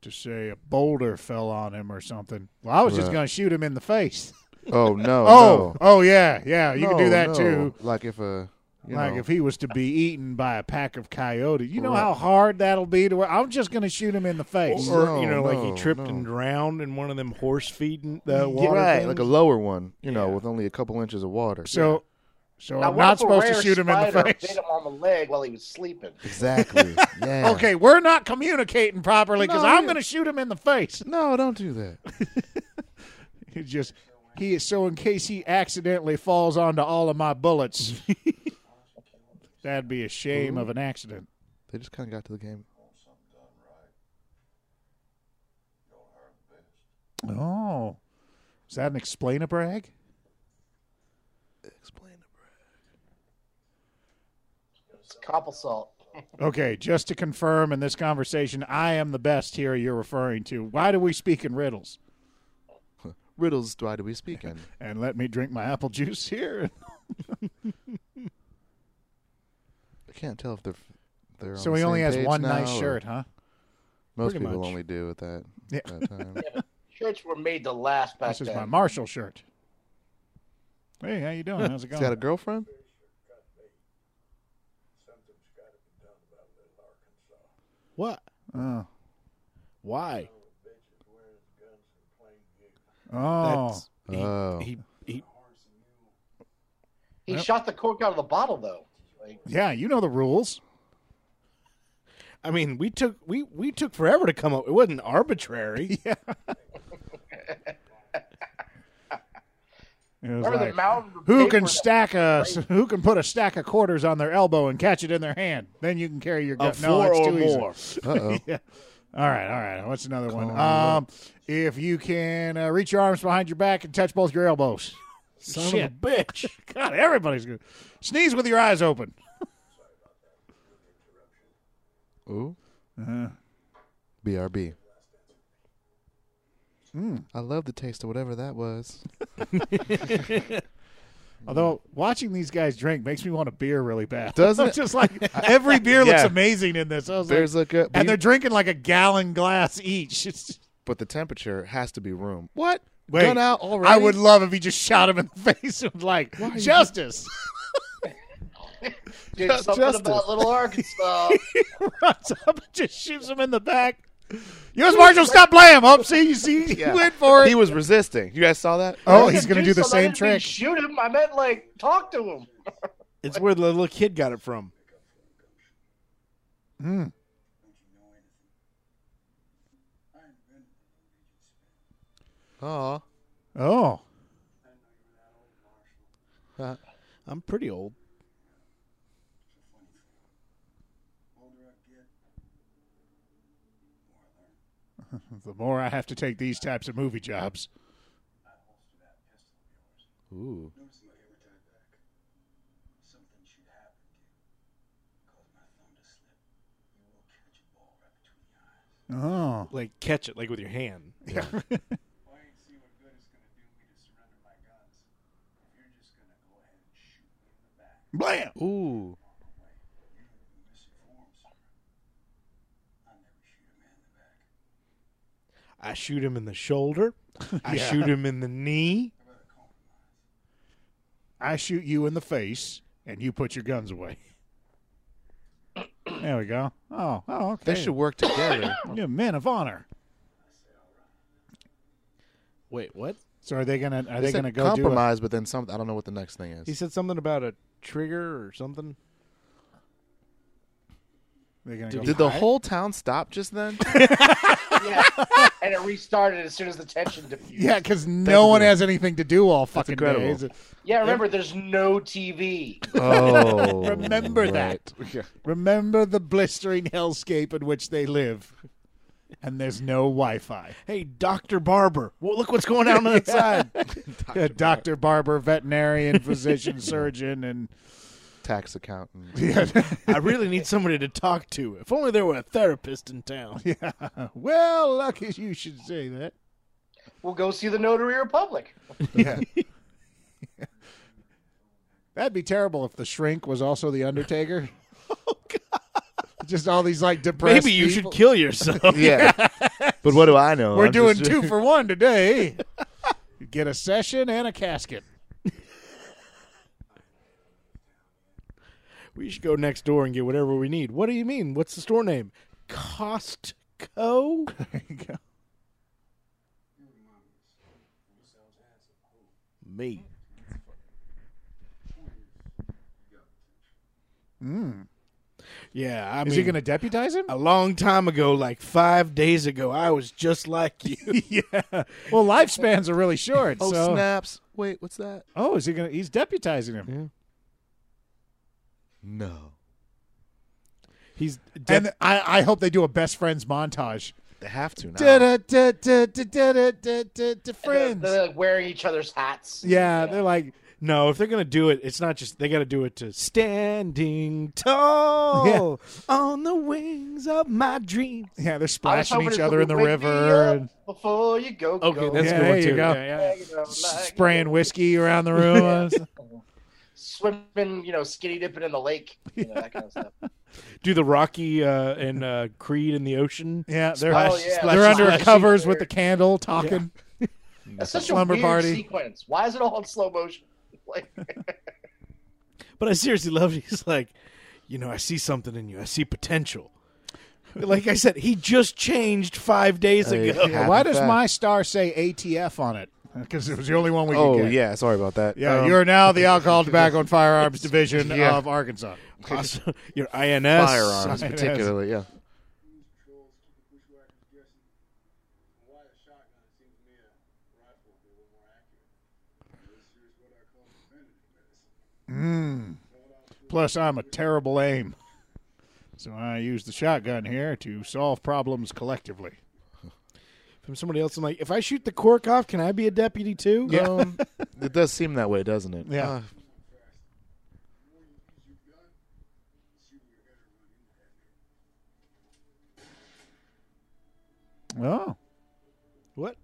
A: to say a boulder fell on him or something. Well, I was just
E: Right.
A: going to shoot him in the face.
E: Oh no.
A: Oh,
E: no.
A: oh yeah, yeah. You can do
E: No,
A: that
E: no.
A: too.
E: Like if a you
A: Like
E: know,
A: if he was to be eaten by a pack of coyotes, you know
E: Right.
A: how hard that'll be to. Where I'm just going to shoot him in the face.
C: Or,
E: No,
C: you know, like he
E: no,
C: tripped
E: no.
C: and drowned in one of them horse feeding the water.
E: right,
C: things.
E: like a lower one, you know, with only a couple inches of water.
A: so, so I'm
B: what
A: not
B: if a
A: supposed to
B: rare
A: shoot him in the
B: spider
A: face.
B: Bit him on the leg while he was sleeping.
E: exactly. Yeah.
A: Okay, we're not communicating properly because
E: No,
A: I'm
E: you-
A: going to shoot him in the face.
E: No, don't do that.
A: He just he is so in case he accidentally falls onto all of my bullets. That'd be a shame of an accident.
E: They just kind of got to the game.
A: Oh, is that an explain a brag?
E: Explain it.
B: It's copple salt.
A: Okay, just to confirm in this conversation, I am the best here you're referring to. Why do we speak in riddles?
E: Riddles do I do we speak in?
A: And let me drink my apple juice here.
E: I can't tell if they're they're.
A: So
E: on the
A: he only
E: same
A: has
E: page
A: one
E: now,
A: nice
E: or-
A: shirt, huh?
E: Most
C: Pretty
E: people
C: much.
E: only do at that,
A: Yeah.
E: that time.
B: Shirts were made to last back
A: This is
B: then.
A: my Marshall shirt. Hey, how you doing? How's it
E: He's
A: going?
E: got a girlfriend.
C: what?
A: Oh.
C: Why?
A: Oh.
C: That's- he,
E: Oh.
C: he, he-
B: he shot the cork out of the bottle though. Like,
A: Yeah, you know the rules.
C: I mean, we took we we took forever to come up. It wasn't arbitrary.
A: It was
B: remember
A: like,
B: the mountain? of
A: who
B: paper
A: can
B: that-
A: stack a who can put a stack of quarters on their elbow and catch it in their hand? Then you can carry your gun. no, it's too easy.
E: Uh oh.
A: All right, all right. What's another one? Um, if you can uh, reach your arms behind your back and touch both your elbows.
C: Son of a
A: Shit. bitch! God, everybody's good. Sneeze with your eyes open.
E: Ooh. BRB.
A: Hmm.
E: I love the taste of whatever that was.
A: Although watching these guys drink makes me want a beer really bad.
E: Doesn't
A: It's
E: it?
A: just like every beer looks
E: Yeah.
A: amazing in this. I was like,
E: Beers look good, but,
A: and
E: you-
A: they're drinking like a gallon glass each. It's-
E: but the temperature has to be room. What?
A: Wait,
E: Gun out already?
A: I would love if he just shot him in the face and like justice.
B: Dude, something
E: Justice.
B: about Little Arkansas.
A: Runs up and just shoots him in the back. U.S. Marshal Scott Blam. Oh, see, you see,
E: Yeah.
A: he went for it.
E: He was resisting. You guys saw that?
A: oh, he's gonna
B: Dude,
A: do the
B: so that
A: same
B: didn't mean
A: trick.
B: Shoot him! I meant like talk to him.
C: It's where the little kid got it from.
E: Aw.
A: Oh,
C: I'm pretty old.
A: the more I have to take these types of movie jobs.
E: Ooh.
F: Something should happen to you. Cause my
A: Oh.
C: like catch it like with your hand.
F: Why ain't see what good it's gonna do me to surrender my guns? If you're just gonna go ahead and shoot me in the back,
A: Blam!
C: Ooh.
F: you misinformed, sir. I never shoot a man in the back.
C: I shoot him in the shoulder. I shoot him in the knee.
F: How about a compromise?
A: I shoot you in the face, and you put your guns away. There we go. Oh, oh, okay.
E: They should work together.
A: You're men of honor.
C: Wait, what?
A: So are they gonna? Are
E: They
A: they,
E: said
A: gonna go
E: compromise, but then something. I don't know what the next thing is.
C: He said something about a trigger or something.
A: Do a, they're gonna go.
E: Did the whole town stop just then?
B: Yeah, and it restarted as soon as the tension diffused.
A: yeah, because no one
E: incredible.
A: has anything to do all fucking
E: incredible.
A: day. Is it-
B: Yeah, remember, there's no TV.
E: oh,
A: Remember
E: right.
A: that. Remember the blistering hellscape in which they live, and there's no Wi-Fi.
C: Hey, Doctor Barber, well, look what's going on outside.
A: Doctor, doctor barber, veterinarian, physician, surgeon, and
E: Tax accountant.
C: I really need somebody to talk to. If only there were a therapist in town.
A: yeah. uh, Well, lucky you should say that.
B: We'll go see the Notary Republic.
A: That'd be terrible if the shrink was also the Undertaker. Just all these like depressed.
C: Maybe you
A: people.
C: should kill yourself.
E: Yeah. but what do I know?
A: We're
E: I'm
A: doing
E: just-
A: two for one today. You Get a session and a casket.
C: we should go next door and get whatever we need. What do you mean? What's the store name? Costco.
A: There you go.
C: Me. Mm. Yeah, I
A: Is
C: mean,
A: he going to deputize him?
C: a long time ago, like five days ago, I was just like you.
A: yeah. Well, lifespans are really short.
E: Oh
A: so.
E: snaps! Wait, what's that?
A: Oh, is he going to? He's deputizing him.
E: No,
C: He's
A: and I, I hope they do a best friends montage.
E: they have to now.
A: Oh. Da-da-da-da-da-da-da-da-da,
B: They're,
A: Friends.
B: they're like wearing each other's hats.
A: Yeah, they're like,
C: no. If they're gonna do it, it's not just they got to do it to standing tall on the wings of my dreams.
A: yeah, they're
B: I was
A: splashing
B: hoping
A: each
B: it's
A: other in the
B: wake me
A: river
B: up
A: and
B: Before you go,
C: Okay,
B: go.
C: that's
A: Yeah,
C: a good one
A: there you
C: too.
A: go.
C: Yeah, yeah.
B: Yeah, you know, like,
A: spraying whiskey around the room.
B: swimming, you know, skinny dipping in the lake, you know, that kind of stuff.
C: Do the Rocky uh, and uh, Creed in the ocean.
A: Yeah, they're
B: Oh, yeah.
A: they're under
B: Splashy
A: covers with the
B: bird.
A: candle talking.
B: That's such
A: Slumber
B: a weird
A: party.
B: sequence. Why is it all in slow motion? Like,
C: But I seriously love it. He's like, you know, I see something in you. I see potential. Like I said, he just changed five days
E: Hey,
C: ago.
E: yeah.
A: Why does
E: Fact.
A: my star say ATF on it? Because it was the only one we
E: Oh
A: could get.
E: yeah, sorry about that.
A: Yeah,
E: Um,
A: you're now the Alcohol, Tobacco, and Firearms Division
E: Yeah.
A: of Arkansas.
C: Also, your INS.
E: firearms,
A: Yes.
E: particularly. Yeah,
F: Controls keep the bushwhackers guessing. And why a shotgun seems to me a rifle would be a little more accurate. This here's what I call preventative medicine.
A: Plus, I'm a terrible aim. So I use the shotgun here to solve problems collectively.
C: From somebody else, I'm like, if I shoot the cork off, can I be a deputy too?
E: Um, it does seem that way, doesn't it?
A: Yeah.
E: Uh,
F: The more you use your gun, the sooner you're gonna run into that.
A: Oh.
C: What?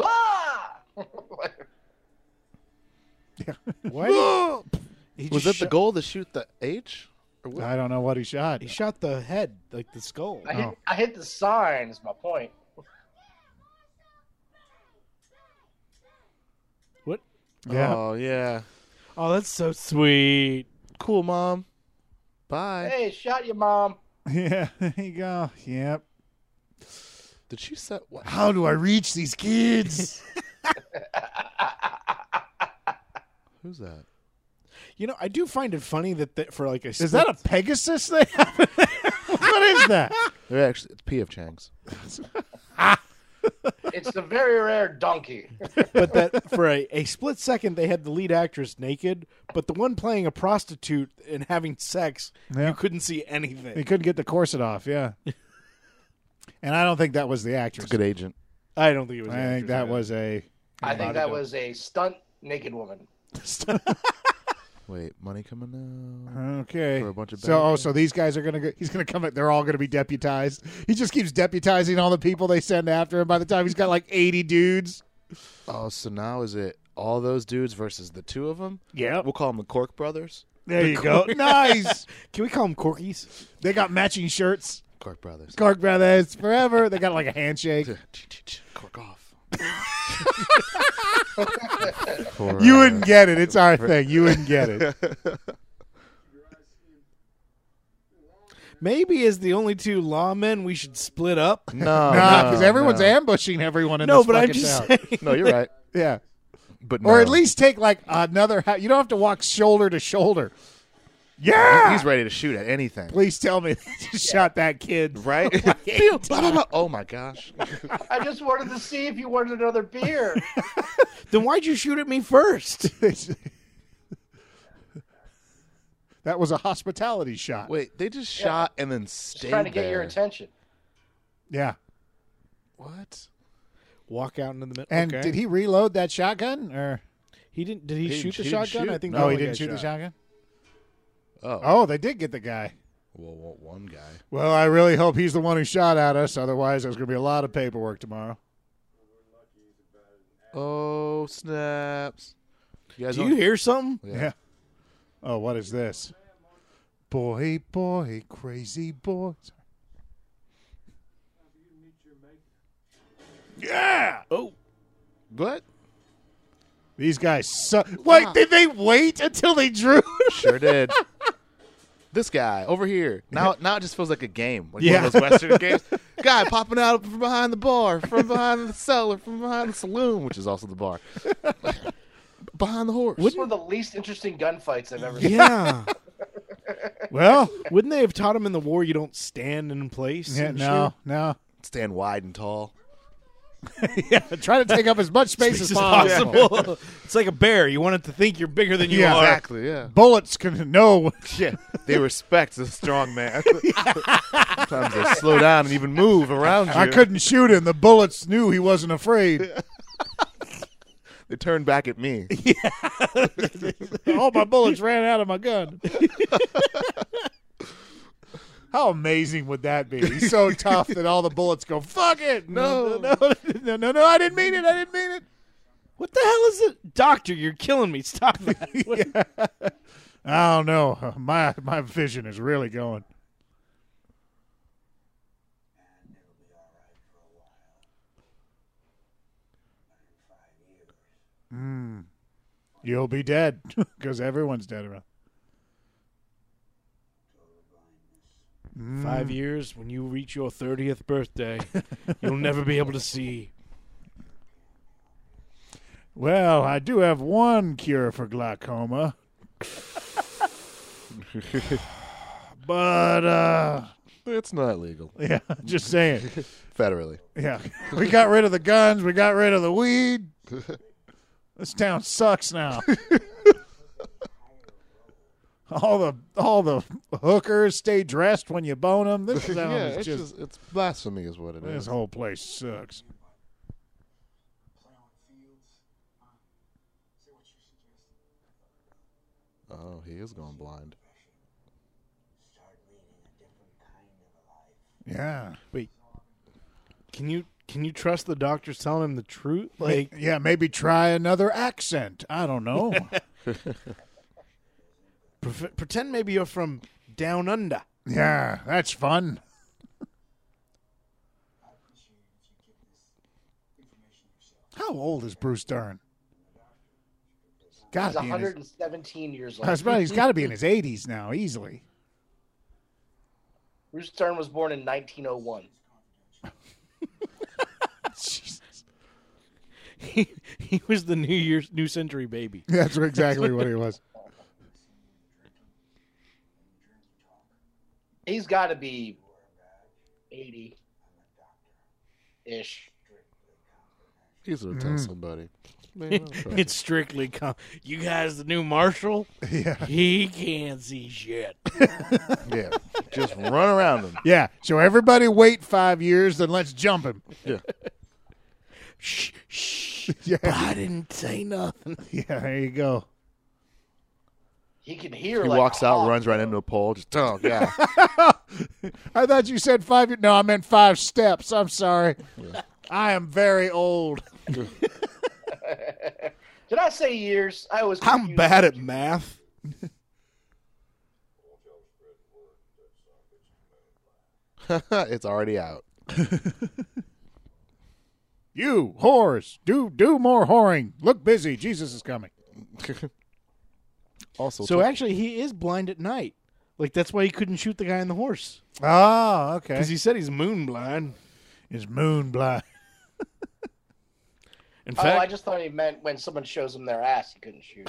B: ah!
A: Oh,
C: Why? he
E: was
C: just
E: it the
C: shot-
E: goal to shoot the H? Or what?
A: I don't know what he shot.
C: He shot the head, like the skull.
B: I,
A: Oh.
B: hit, I hit the sign, is my point.
C: What?
A: Yeah.
E: Oh yeah.
C: Oh, that's so sweet.
E: Cool, mom. Bye.
B: Hey, shot your mom.
A: Yeah, there you go. Yep.
E: Did she set? What?
A: How do I reach these kids?
E: Who's that?
C: You know, I do find it funny that the, for like a
A: Is that a Pegasus they have? in there? what is that?
E: They're actually it's P of Chang's.
B: It's the very rare donkey.
C: but that for a, a split second they had the lead actress naked, but the one playing a prostitute and having sex,
A: Yeah.
C: you couldn't see
A: He
C: anything.
A: couldn't get the corset off. Yeah. And I don't think that was the actress.
E: It's a good agent.
C: I don't think it was.
A: I
C: an
A: think that
C: actress,
A: was a.
B: I think
A: Bobby
B: that
A: Doe.
B: was a stunt naked woman.
E: Wait, money coming out.
A: Okay.
E: For a bunch of
A: so, oh,
E: benefits.
A: so these guys are gonna go, he's gonna come. They're all gonna be deputized. He just keeps deputizing all the people they send after him. By the time he's got like eighty dudes.
E: Oh, so now is it all those dudes versus the two of them?
A: Yeah.
E: We'll call them the Cork Brothers.
A: There you go. nice.
C: Can we call them corkies?
A: They got matching shirts.
E: Cork Brothers.
A: Clark Brothers forever. They got like a handshake.
E: Cork off.
A: You wouldn't get it. It's our thing. You wouldn't get it.
C: Maybe as the only two lawmen, we should split up.
E: No,
A: Nah,
E: Oh, no,
A: because everyone's
E: no.
A: ambushing everyone in
C: No,
A: this
C: but I'm
A: fucking
C: just
A: town.
C: saying.
E: No, you're right.
A: Yeah.
E: But
A: Or
E: no.
A: at least take like another. Ha- you don't have to walk shoulder to shoulder. Yeah.
E: he's ready to shoot at anything.
A: Please tell me they just shot that kid.
E: Right? Pew, blah, blah, blah. Oh my gosh.
B: I just wanted to see if you wanted another beer.
C: Then why'd you shoot at me first?
A: that was a hospitality shot.
E: Wait, they just shot and then stayed
B: Just trying to get
E: there.
B: your attention.
A: Yeah.
E: What?
C: Walk out into the middle.
A: And
C: okay.
A: did he reload that shotgun or
C: He didn't. Did he,
E: He
C: shoot
E: didn't-
C: the
E: he didn't
C: shotgun?
E: shoot.
C: I think.
A: no?
C: the
A: He
C: other
A: didn't
C: guy
A: shoot the shotgun.
E: Oh.
A: Oh, they did get the guy.
E: Well, well, one guy.
A: Well, I really hope he's the one who shot at us. Otherwise, there's going to be a lot of paperwork tomorrow.
E: Oh, snaps. You guys
C: Do
E: don't-
C: you hear something?
E: Yeah.
A: Yeah. Oh, what is this? Boy, boy, crazy boy. Yeah.
C: Oh,
E: What?
A: These guys suck. Wait, did they wait until they drew?
E: Sure did. this guy over here. Now now it just feels like a game. Like
A: Yeah.
E: one of those Western games. Guy popping out from behind the bar, from behind the cellar, from behind the saloon, which is also the bar. behind the horse.
B: It's one of the least interesting gunfights I've ever seen.
C: yeah.
A: well,
C: Wouldn't they have taught him in the war you don't stand in place?
A: yeah,
C: and
A: no,
C: shit?
A: no.
E: Stand wide and tall.
A: Try to take up as much space
C: This
A: as
C: is
A: possible.
C: possible. it's like a bear. You want it to think you're bigger than you
A: Yeah.
C: are.
E: Exactly, yeah.
A: Bullets can no.
E: Yeah, they respect a strong man. Sometimes they slow down and even move around you.
A: I couldn't shoot him. The bullets knew he wasn't afraid.
E: They turn back at me.
A: All my bullets ran out of my gun. How amazing would that be? He's so tough that all the bullets go, fuck it. No, no, no, no, no, I didn't mean it. I didn't mean it.
C: What the hell is it, Doctor? You're killing me. Stop that. What-
A: I don't know. My, my vision is really going. Mm. You'll be dead because everyone's dead around.
C: Five years when you reach your thirtieth birthday, you'll never be able to see.
A: Well, I do have one cure for glaucoma. but uh
E: It's not legal
A: yeah, just saying.
E: federally.
A: Yeah. We got rid of the guns, we got rid of the weed. This town sucks now. all the all the hookers stay dressed when you bone them. This town
E: yeah,
A: is
E: it's
A: just,
E: just it's blasphemy is what it
A: this
E: is.
A: whole place sucks.
F: Plowing fields. Huh? Say what you suggested.
E: Oh, he is going blind.
F: Start leading a different kind of a life.
A: Yeah.
C: Wait, can you can you trust the doctor's telling him the truth? Like,
A: Yeah, maybe try another accent. I don't know.
C: pre- pretend maybe you're from down under.
A: yeah, that's fun.
F: I appreciate it if you get this information yourself.
A: How old is Bruce Dern? God,
B: He's 117 years old.
A: he's got to be in his 80s now, easily.
B: Bruce Stern was born in 1901.
C: he he was the New Year's New Century baby.
A: That's exactly what he was.
B: He's got to be 80 ish.
E: He's gonna tell somebody. Man, I'll try.
C: It's strictly com- you guys. The new marshal,
A: Yeah.
C: he can't see shit.
E: yeah, just run around him.
A: Yeah. So everybody wait five years, then let's jump him.
E: Yeah,
C: shh, shh.
A: Yeah.
C: I didn't say nothing.
A: Yeah, there you go.
B: He can hear.
E: He
B: like,
E: walks out,
B: hawks.
E: runs right into a pole. Just oh yeah.
A: I thought you said five. ye- No, I meant five steps. I'm sorry. I am very old.
B: Did I say years? I was.
C: I'm bad at math.
E: it's already out.
A: You whores, do do more whoring. Look busy. Jesus is coming.
E: Also,
C: So actually, he is blind at night. Like that's why he couldn't shoot the guy on the horse
A: Oh, okay.
C: because he said he's moon blind.
A: Is moon blind?
C: In
B: Oh,
C: fact,
B: I just thought he meant when someone shows him their ass, he couldn't shoot.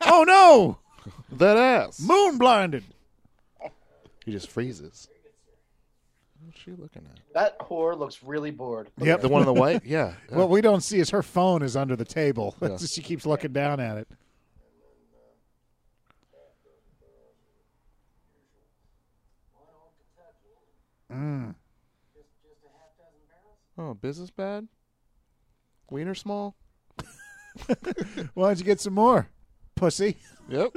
A: Oh no,
E: that ass.
A: moon blinded.
E: He just freezes. What's she looking at?
B: that whore looks really bored. Look
A: Yep.
E: The one in the white? Yeah. yeah.
A: What we don't see is her phone is under the table. she keeps looking down at it.
E: Oh, business bad. Wiener small.
A: Why don't you get some more, pussy?
E: Yep.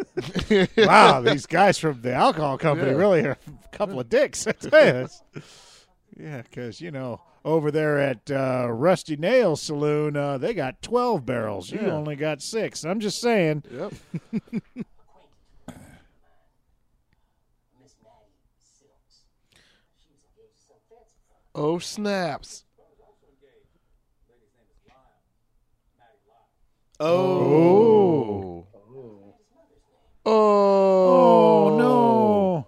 A: Wow, these guys from the alcohol company
E: Yeah.
A: really are a couple of dicks. I tell you. Yeah, because you know over there at uh, Rusty Nail Saloon, uh, they got twelve barrels. You
E: Yeah.
A: only got six. I'm just saying.
E: yep. oh snaps! Oh. Oh.
A: Oh no!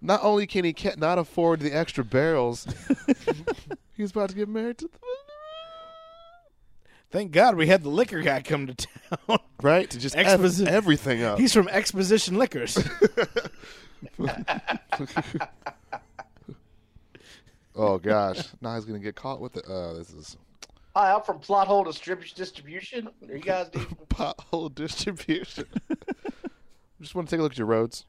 E: Not only can he ca- not afford the extra barrels, he's about to get married to the
C: thank God we had the liquor guy come to town.
E: right to just F
C: Exposi-
E: everything up.
C: He's from Exposition Liquors.
E: oh gosh, now he's gonna get caught with it. Uh, this is
B: at- Hi, I'm from Plot Hole Distrib- Distribution. Are you guys need
E: pothole distribution. just want to take a look at your roads.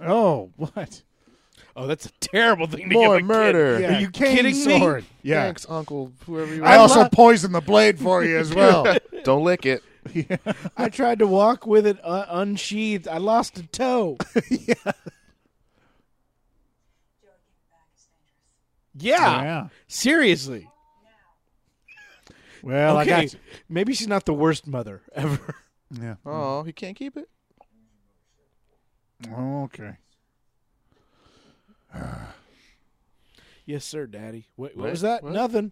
A: Oh what?
C: oh, that's a terrible thing to
E: More
C: give a kid.
E: murder.
A: Yeah,
C: Are you
A: cane
C: kidding
A: sword.
C: me?
A: Yeah.
E: Thanks, Uncle. Whoever you
A: I
E: are.
A: also poisoned the blade for you as well.
E: Don't lick it.
C: I tried to walk with it uh, unsheathed. I lost a toe. yeah.
A: yeah.
C: Seriously.
A: Well, I
C: okay.
A: got you.
C: Maybe she's not the worst mother ever.
A: Yeah.
E: Oh, he can't keep it.
A: Okay.
C: yes, sir, Daddy. Wait, what
E: What?
C: was that?
E: What?
C: Nothing.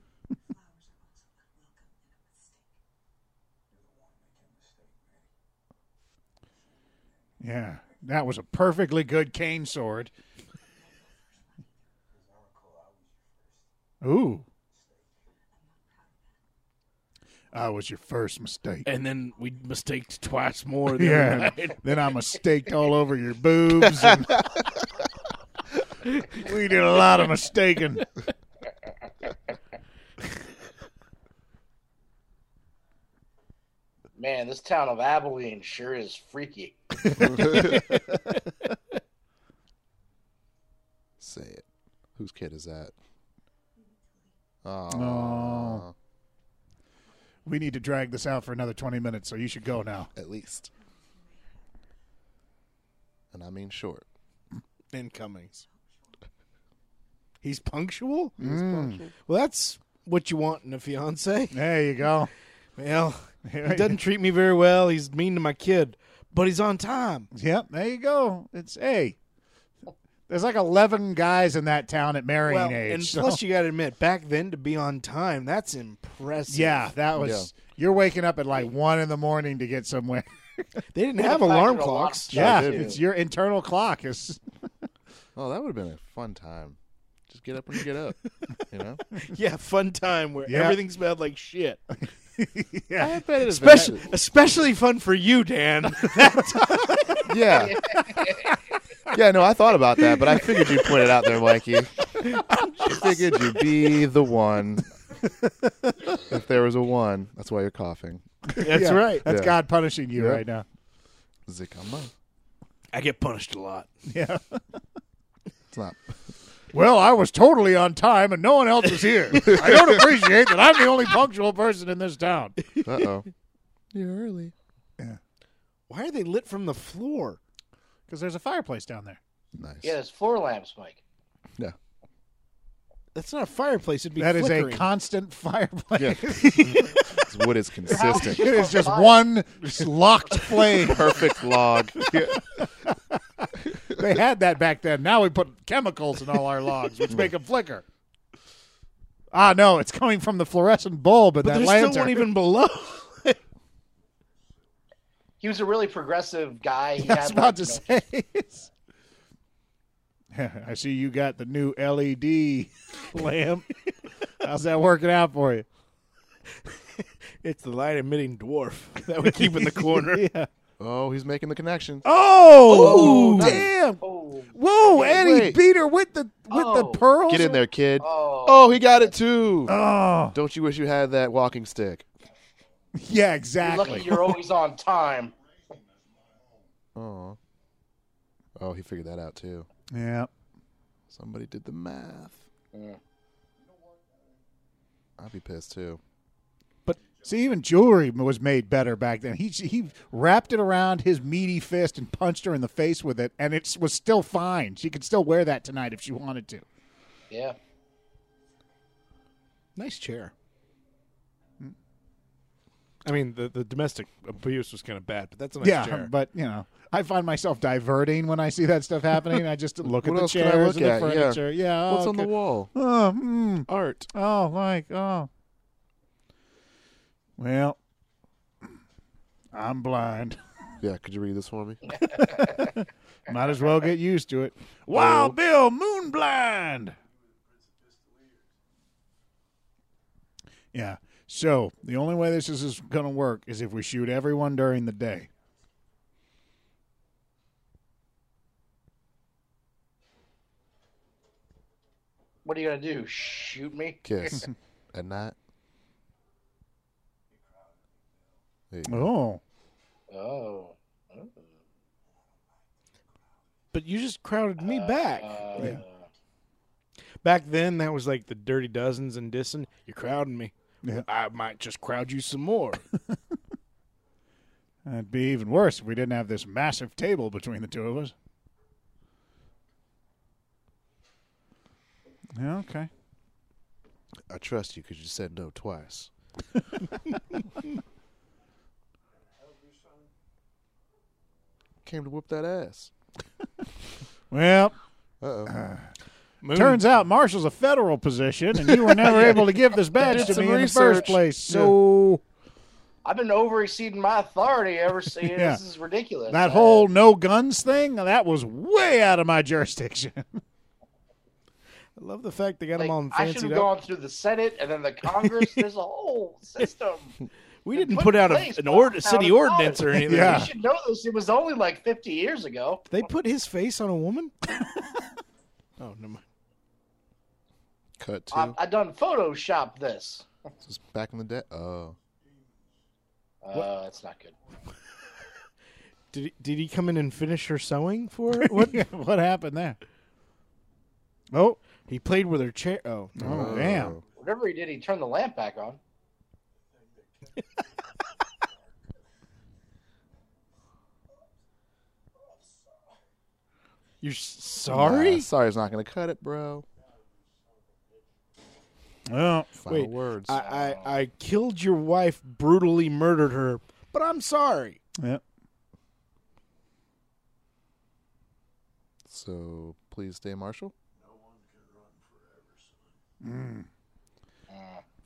A: Yeah. That was a perfectly good cane sword. Ooh. I was your first mistake.
C: And then we mistaked twice more. than
A: Yeah.
C: we made.
A: then I mistaked all over your boobs. And we did a lot of mistaking.
B: Man, this town of Abilene sure is freaky.
E: Say it. Whose kid is that?
A: Oh. We need to drag this out for another 20 minutes, so you should go now.
E: At least. And I mean short.
C: And Cummings. He's punctual?
A: Mm.
C: Well, that's what you want in a fiance.
A: There you go.
C: Well, he doesn't treat me very well. He's mean to my kid, but he's on time.
A: Yep, there you go. It's hey. There's like eleven guys in that town at marrying
C: Well,
A: age.
C: and
A: so-
C: plus, you got to admit, back then to be on time, that's impressive.
A: yeah, that was you're waking up at like one in the morning to get somewhere.
C: They didn't
B: Well,
C: have
B: the fact
C: alarm
B: that a lot of
C: clocks.
B: stuff-
A: yeah,
E: dude.
A: it's your internal clock is
E: Oh, that would have been a fun time. Just get up and get up. You know?
C: Yeah, fun time where
A: Yeah.
C: everything smelled like shit.
A: yeah.
E: bet it is
C: Especially, especially fun for you, Dan.
E: Yeah. yeah, no, I thought about that, but I figured you'd point it out there, Mikey. I figured you'd be the one. If there was a one, that's why you're coughing.
C: that's
A: yeah,
C: right.
A: That's
E: Yeah.
A: God punishing you
E: Yep.
A: right now.
E: Zikama.
C: I get punished a lot.
A: Yeah.
E: It's not
A: Well, I was totally on time and no one else was here. I don't appreciate that I'm the only punctual person in this town.
E: Uh oh.
C: You're early.
A: Yeah.
C: Why are they lit from the floor?
A: Because there's a fireplace down there.
E: Nice.
B: Yeah, there's floor lamps, Mike.
C: That's not a fireplace. It'd be
A: That is
C: flickering.
A: a constant fireplace.
E: Yeah. This wood is consistent.
A: It is just one locked flame.
E: Perfect log. Yeah.
A: They had that back then. Now we put chemicals in all our logs, which make them flicker. Ah, no, it's coming from the fluorescent bulb in
C: but
A: that
C: there's
A: lantern.
C: still one even below.
B: He was a really progressive guy. He
A: I was
B: had,
A: about
B: like,
A: to
B: you know,
A: say. I see you got the new LED lamp. How's that working out for you?
C: it's the light emitting dwarf that we keep in the corner.
A: Yeah.
E: Oh, he's making the connection.
A: Oh, damn!
B: Oh,
A: Whoa,
E: Hey,
A: and he
E: wait.
A: beat her with the with the
B: Oh.
A: pearls.
E: Get in there, kid.
B: oh,
E: Oh, he got it too.
A: Oh,
E: Don't you wish you had that walking stick?
A: yeah,
B: you're lucky
A: exactly.
B: you're always on time.
E: Oh. Oh, he figured that out too.
A: Yeah.
E: Somebody did the math. I'd be pissed too.
A: See, even jewelry was made better back then. He he wrapped it around his meaty fist and punched her in the face with it, and it was still fine. She could still wear that tonight if she wanted to.
B: Yeah.
C: Nice chair. I mean, the, the domestic abuse was kind of bad, but that's a nice
A: yeah,
C: chair.
A: but you know, I find myself diverting when I see that stuff happening. I just look at
E: What
A: the
E: else can I
A: chairs
E: look
A: and the
E: at? Yeah.
A: furniture. Yeah, oh,
E: What's on the
A: okay.
E: wall?
A: Oh, mm,
E: Art.
A: oh, like oh. Well, I'm blind.
E: Yeah, could you read this for me?
A: Might as well get used to it. Wild Bill Moonblind. Yeah. So the only way this is, is going to work is if we shoot everyone during the day.
B: What are you gonna do? Shoot me?
E: Kiss. At night? There you go.
A: Oh,
B: Oh.
C: But you just crowded me back. Back then, that was like the dirty dozens and dissing. You're crowding me.
A: Yeah.
C: I might just crowd you some more.
A: that'd be even worse if we didn't have this massive table between the two of us. Yeah, okay.
E: I trust you because you said no twice. Came to whoop that ass.
A: Well,
E: Uh oh.
C: Moon,
A: turns out Marshall's a federal position, and you were never able to give this badge
E: Did
A: to
E: some
A: me in the first
E: research.
A: place. So.
B: I've been over exceeding my authority ever since.
A: Yeah.
B: This is ridiculous.
A: That
B: I-
A: whole no guns thing, that was way out of my jurisdiction.
C: I love the fact they got them
B: like,
C: all
B: I should
C: fancied up.
B: have gone through the Senate and then the Congress. There's a whole system.
C: we didn't
B: put
C: put out a,
B: place
C: an
B: by
C: ord-
B: the
C: city
B: town of
C: ordinance or
B: College.
C: anything.
A: Yeah.
B: You should know this. It was only like 50 years ago.
C: They put his face on a woman? oh, no.
E: Cut
B: I,
E: to.
B: I done Photoshop this.
E: This was back in the day. Oh.
B: Uh, that's not good.
C: Did he, did he come in and finish her sewing for her? What?
A: what happened there? Oh,
C: he played with her chair. Oh,
A: oh, damn.
B: Whatever he did, he turned the lamp back on.
C: you're s- sorry?
E: Nah, sorry's not going to cut it, bro.
A: Well,
E: Final
C: Wait,
E: words.
C: I, I, I killed your wife, brutally murdered her, but I'm sorry.
A: yeah.
E: so please stay marshal.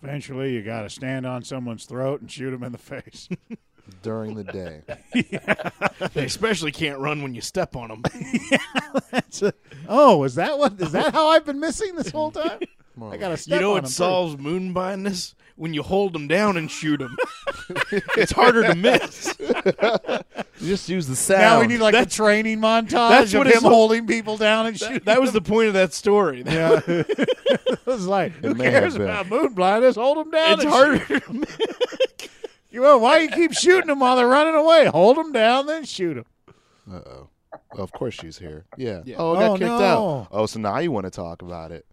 A: Eventually, you got to stand on someone's throat and shoot him in the face.
E: During the day.
C: They especially can't run when you step on them.
A: That's a- oh, is that what? Is that how I've been missing this whole time?
E: More
A: I
E: or
A: got to
E: less.
A: step
C: you know
A: on
C: what
A: him
C: solves moon blindness? When you hold them down and shoot them. it's harder to miss.
E: You just use the
A: first.
E: sound.
A: Now we need like a training montage
C: that's
A: of
C: what
A: him
C: it's all-
A: holding people down and shooting.
C: That was the point of that story.
A: yeah. it was like, who
E: may have
A: cares
E: been.
A: about moon blindness? Hold him down.
C: it's
A: and
C: harder to miss.
A: shoot 'em. Well, why you keep shooting them while they're running away? Hold them down, then shoot them.
E: Uh oh. Of course she's here. Yeah.
C: Yeah.
E: Oh, I got
A: Oh,
E: kicked
A: no.
E: out. Oh, so now you want to talk about it?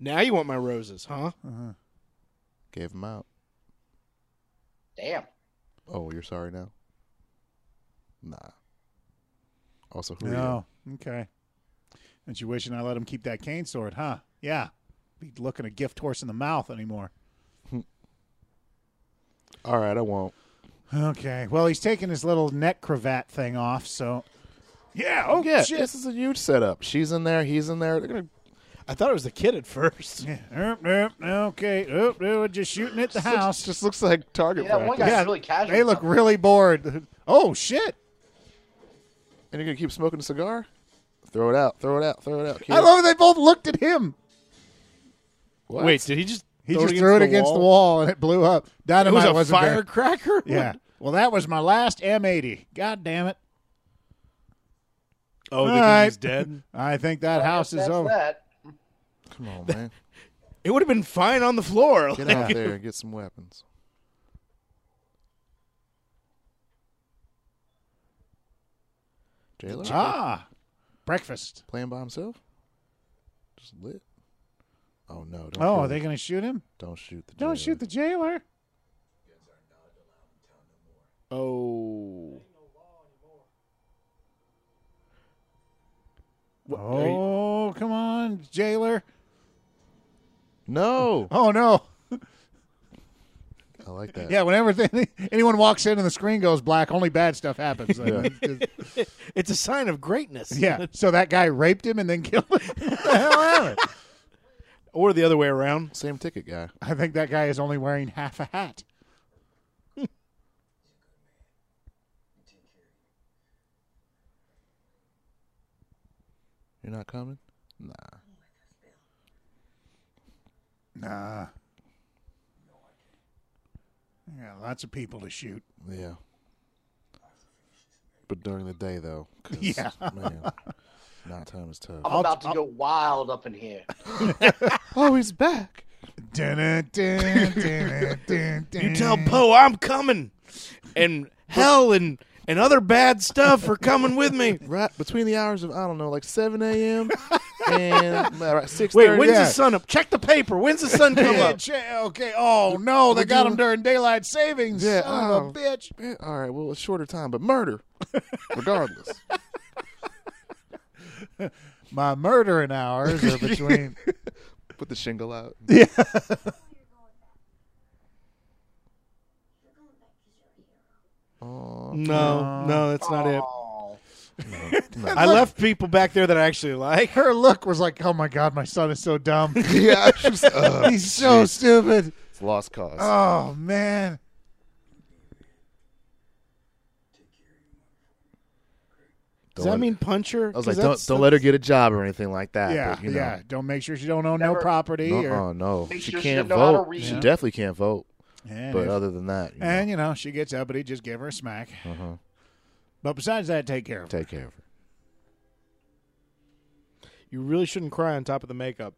C: Now you want my roses, huh?
A: Uh-huh.
E: Gave him out.
B: Damn.
E: Oh, you're sorry now? Nah. Also, who are you?
A: No. Oh, Okay. And you wishing I let him keep that cane sword, huh? Yeah. Be looking a gift horse in the mouth anymore.
E: All right, I won't.
A: Okay. Well, he's taking his little neck cravat thing off, so. Yeah. Oh,
E: Yeah,
A: shit.
E: this is a huge setup. She's in there. He's in there. They're gonna
C: I thought it was the kid at first.
A: Yeah. Erp, erp, okay. Oh, they were just shooting at the house.
E: just looks like target
B: Yeah, that one
E: practice.
B: guy's
A: Yeah,
B: really casual.
A: they look really bored. Oh shit!
E: And you're gonna keep smoking a cigar? Throw it out. Throw it out. Throw it out.
A: I love it. They both looked at him.
E: What?
C: Wait, did he just?
A: He
C: throw
A: just threw it against the wall and it blew up.
C: It was
A: Dynamite
C: a
A: not
C: firecracker.
A: There. Yeah. Well, that was my last M80. God damn it!
C: Oh, the
A: All right.
C: he's dead.
A: I think that house is
B: That's
A: over.
B: that.
E: Come on, man.
C: It would have been fine on the floor.
E: Get out there and get some weapons. Jailer
A: Ah, breakfast.
E: playing by himself? Just lit. Oh no! Don't
A: Oh,
E: kill
A: are
E: him.
A: they going to shoot him?
E: don't shoot the.
A: Don't shoot the jailer.
C: Oh. are you-
A: Oh, come on, jailer.
E: No,
A: Oh no.
E: I like that.
A: Yeah. Whenever th- anyone walks in and the screen goes black, only bad stuff happens. Like,
C: It's a sign of greatness.
A: Yeah. So that guy raped him and then killed him. What the hell happened?
C: Or the other way around.
E: Same ticket guy.
A: I think that guy is only wearing half a hat.
E: You're not coming. Nah.
A: Nah. Yeah, lots of people to shoot.
E: Yeah. But during the day though, 'cause,
A: Yeah.
E: man, nighttime is tough.
B: I'm about to go wild up in here.
E: Oh, he's back.
A: Dun, dun, dun, dun, dun.
C: You tell
E: Mm.
C: Poe I'm coming, and hell and and other bad stuff are coming with me.
E: right between the hours of I don't know, like seven a.m. and uh, right, six.
C: Wait, when's
A: yeah.
C: the sun up? Check the paper. When's the sun come
A: Yeah,
C: up?
A: ja- okay. Oh no, they got him during daylight savings.
E: Yeah,
A: Son of a
E: oh.
A: bitch.
E: Yeah, all right, well, a shorter time, but murder, regardless.
A: My murdering hours are between.
E: Put the shingle out.
C: No, no, that's not it.
B: Oh,
C: I left people back there that I actually like.
A: Her look was like, "Oh my god, my son is so dumb.
E: yeah, it's just, uh,
A: He's so stupid."
E: it's lost cause.
A: Oh man.
C: Does
E: Don't
C: that
E: let-
C: mean puncher?
E: I was like, don't don't let her get a job or anything like that.
A: Yeah,
E: but, you know,
A: yeah. Don't make sure she don't own no
B: Never-
A: property
E: No,
A: or
E: oh no,
B: Make
E: she
B: sure she didn't
E: can't
B: know how to
E: vote.
B: read.
E: She
B: Yeah.
E: definitely can't vote.
A: and
E: But uh,
A: if-
E: other than that, you
A: And
E: know,
A: you know, she gets up, but he just give her a smack.
E: Uh-huh.
A: But besides that, take care of her.
E: take care of her.
C: You really shouldn't cry on top of the makeup.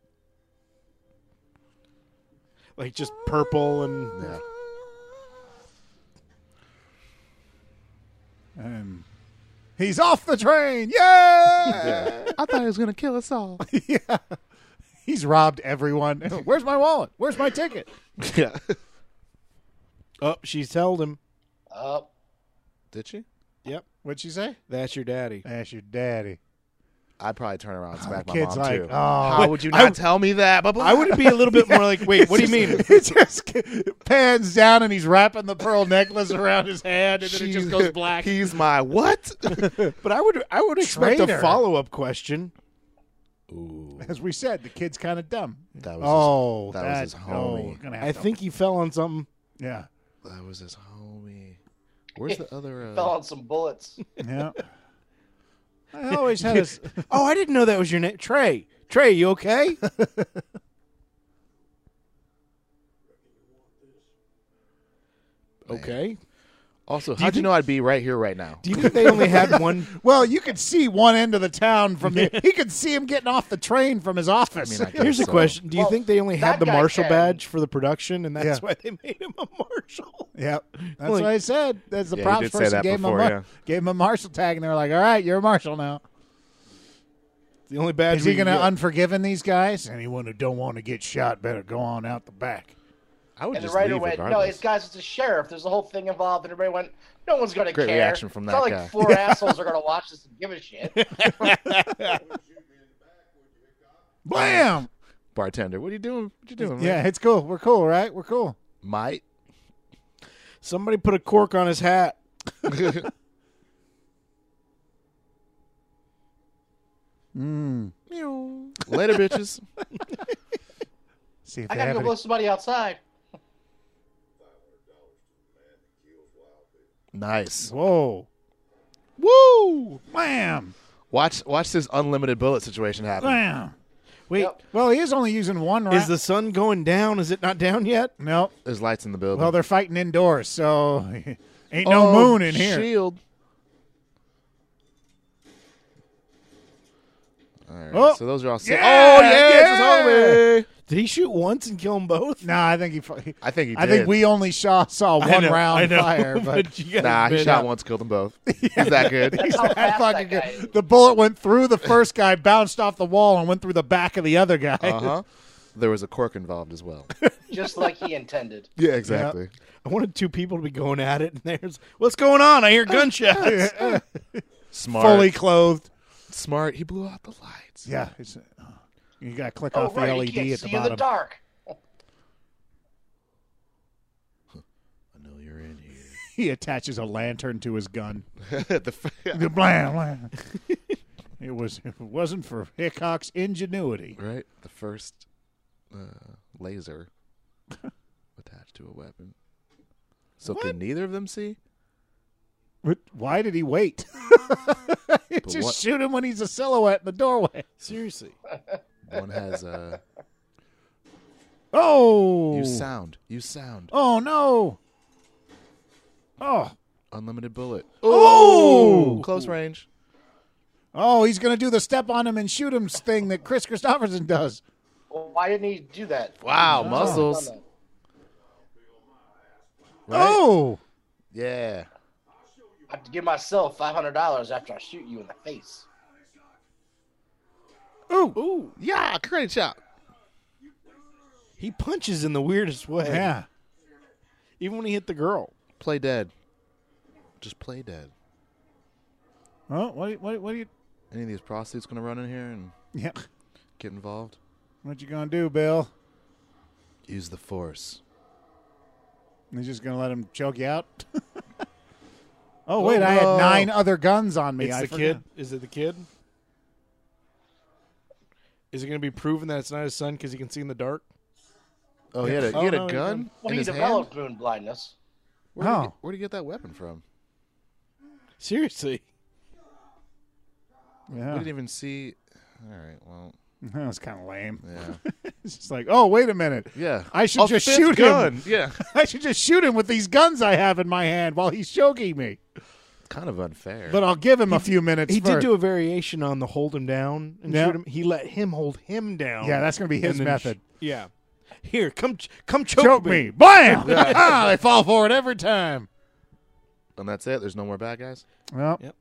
C: Like just purple and
E: Yeah,
A: And he's off the train. Yeah,
E: I thought he was gonna kill us all.
A: yeah. He's robbed everyone. Where's my wallet? Where's my ticket?
E: yeah,
C: oh, she's held him.
B: oh,
E: did she?
C: Yep,
A: What'd she say?
C: that's your daddy.
A: That's your daddy.
E: I'd probably turn around and smack my
A: kid's
E: mom
A: like,
E: too.
A: "Oh."
E: How would you
C: I-
E: not tell me that? Blah, blah,
C: I would be a little bit more like, wait, what do you mean?
A: It just pans down and he's wrapping the pearl necklace around his hand, and then it
E: She's-
A: just goes black.
E: He's my what?
C: But I would, I would expect
A: Traitor.
C: a follow up question.
A: As we said, the kid's kind of dumb.
E: That was
A: Oh,
E: his, that, was his
A: oh, we're
E: homie.
A: gonna have
C: I
A: to-
C: think he fell on something.
A: Yeah,
E: That was his homie. Where's the other? Uh,
B: fell on some bullets.
A: yeah. I always had a s-
C: Oh, I didn't know that was your name, Trey. Trey, you okay? okay.
E: Also, how'd you know I'd be right here right now?
C: Do you think they only had one?
A: Well, you could see one end of the town from the. he could see him getting off the train from his office.
E: mean, I guess.
C: Here's a
E: So-
C: question: Do you
B: Well,
C: think they only had
B: that
C: the
B: guy
C: marshal
B: can-
C: badge for the production, and
A: Yeah.
C: that's why they made him a marshal?
A: yep, that's
C: Like-
A: what I said. That's the
E: Yeah, you
A: props
E: did say
A: person
E: that
A: gave him
E: before,
A: a mar-
E: yeah.
A: gave him a marshal tag, and they were like, "All right, you're a marshal now."
C: The only badge
A: Is he
C: we
A: going to
C: get.
A: unforgiven these guys? Anyone who don't want to get shot better go on out the back.
E: I would
B: And the
E: just
B: writer
E: leave
B: went, "No,
E: regardless.
B: it's guys, it's a sheriff. There's a whole thing involved." And everybody went, "No one's going to care."
E: Great reaction from
B: It's
E: that
B: not
E: guy.
B: like four assholes are going to watch this and give a shit.
F: Shoot me in the back, would you, Hickok?
A: Blam!
E: Bartender, what are you doing? What you doing? man?
A: Yeah, it's cool. We're cool, right? We're cool.
E: Might.
C: Somebody put a cork on his hat.
E: Later, bitches.
A: See if
B: I
A: they
B: got to
A: have
B: go
A: any-
B: blow somebody outside.
E: Nice.
A: Whoa!
C: Woo!
A: Blam!
E: Watch watch this unlimited bullet situation happen.
A: Blam!
C: Wait,
B: Yep.
A: Well, he is only using one. Ra-
C: is the sun going down? Is it not down yet?
A: no?
E: There's lights in the building.
A: Well, they're fighting indoors, so ain't no
E: Oh,
A: moon in here.
E: Shield. All right,
A: Oh.
E: so those are all. si-
A: Yeah,
E: oh yes,
A: yeah.
E: it's homie.
C: Did he shoot once and kill them both?
A: No, I think he. fu-
E: I think he
A: I
E: did.
A: think we only saw saw
C: I
A: one
C: know, I
A: round
C: know,
A: fire, but
C: you guys
E: Nah, he
C: been-
E: shot once, killed them both. Is that good?
B: How fast
A: fucking
B: that guy is.
A: good. The bullet went through the first guy, bounced off the wall, and went through the back of the other guy.
E: Uh huh. There was a cork involved as well.
B: just like he intended.
E: Yeah,
A: exactly.
C: I wanted two people to be going at it, and there's what's going on? I hear gunshots.
E: Smart.
A: Fully clothed.
E: smart. He blew out the lights.
A: Yeah, it's, uh, you got to click
B: Oh,
A: off the
B: right,
A: LED
B: he can't
A: at
B: see
A: the
B: in the
A: bottom.
B: dark.
E: I know you're in here.
A: he attaches a lantern to his gun.
E: the f-
A: The blam, blam. it was. If it wasn't for Hickok's ingenuity.
E: right. The first uh, laser attached to a weapon. So can neither of them see?
A: But why did he wait? Just
E: what-
A: shoot him when he's a silhouette in the doorway.
C: Seriously,
E: One has uh,
A: Oh,
E: use sound. Use sound.
A: oh no! Oh,
E: Unlimited bullet.
A: oh,
E: Close range.
A: oh! He's gonna do the step on him and shoot him thing that Chris Christopherson does.
B: Well, why didn't he do that?
E: Wow,
B: Should've
E: muscles.
B: done that.
E: Right?
A: Oh,
E: Yeah.
B: I have to give myself five hundred dollars after I shoot you in the face.
A: ooh,
E: Yeah, great shot.
C: he punches in the weirdest way.
A: yeah.
C: even when he hit the girl.
E: Play dead. Just play dead.
A: Oh, what? What? What are you?
E: Any of these prostitutes gonna run in here and
A: Yeah.
E: get involved?
A: What you gonna do, Bill?
E: Use the force.
A: He's just gonna let him choke you out. oh wait, I had
E: no.
A: nine other guns on me.
C: It's
A: I
C: the
A: forgot.
C: kid. Is it the kid? Is it going to be proven that it's not his son because he can see in the dark?
E: Oh, he had a,
C: Oh,
E: he had
C: no,
E: a
C: he
E: gun
C: didn't.
B: Well,
E: in
B: he
E: his
B: developed
E: hand.
B: moon blindness.
E: Where did, he,
A: Oh.
E: get- where'd he get that weapon from?
C: Seriously,
E: We
A: Yeah,
E: didn't even see. All right, well,
A: that was kind of lame.
E: yeah,
A: It's just like, oh wait a minute.
E: yeah.
A: I should
E: A
A: just
E: fifth
A: shoot
E: gun.
A: him.
E: Yeah,
A: I should just shoot him with these guns I have in my hand while he's choking me.
E: kind of unfair.
A: But I'll give him a few minutes.
C: he did
A: first.
C: do a variation on the hold him down and
A: Yeah.
C: shoot him. He let him hold him down.
A: Yeah, that's gonna be his
C: and then sh-
A: method.
C: yeah, here, come, ch- come choke,
A: choke
C: me.
A: me, bam! Ah, they fall for it every time.
E: and that's it. There's no more bad guys
A: Well,
C: Yep.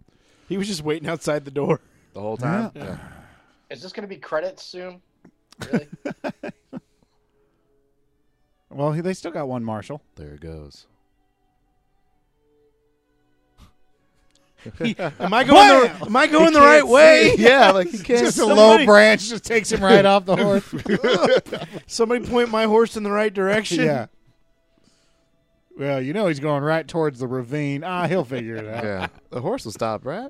C: He was just waiting outside the door.
E: the whole time. Yeah.
B: Is this going to be credits soon? Really?
A: well, he- they still got one marshal.
E: There it goes.
C: He- am I going? The, am I going the right way?
E: yeah, like he can't.
A: Just a low
C: somebody-
A: branch just takes him right off the horse.
C: Somebody point my horse in the right direction.
A: yeah. Well, you know he's going right towards the ravine. Ah, he'll figure it out.
E: yeah, the horse will stop, right?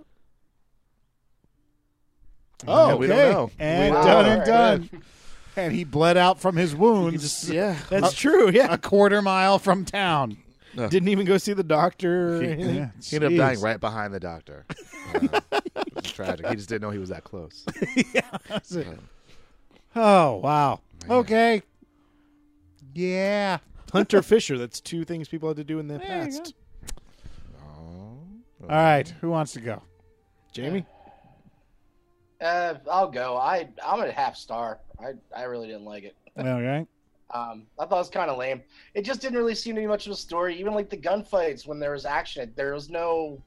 A: Oh,
E: Yeah, we don't
A: okay.
E: know.
A: And
B: We don't
A: done
B: know.
A: and done. and he bled out from his wounds
E: Yeah,
C: that's true. Yeah, Uh,
A: a quarter mile from town.
C: didn't even go see the doctor. Or
E: He-
C: anything.
E: he ended up dying right behind the doctor. Uh, it was tragic. He just didn't know he was that close.
A: Oh wow. Okay. Yeah.
C: Hunter Fisher. That's two things people had to do in the past.
A: All right, who wants to go?
C: Jamie?
B: Uh, I'll go. I I'm a half star. I I really didn't like it.
A: Okay.
B: Um, I thought it was kind of lame. It just didn't really seem to be much of a story. Even like the gunfights, when there was action, there was no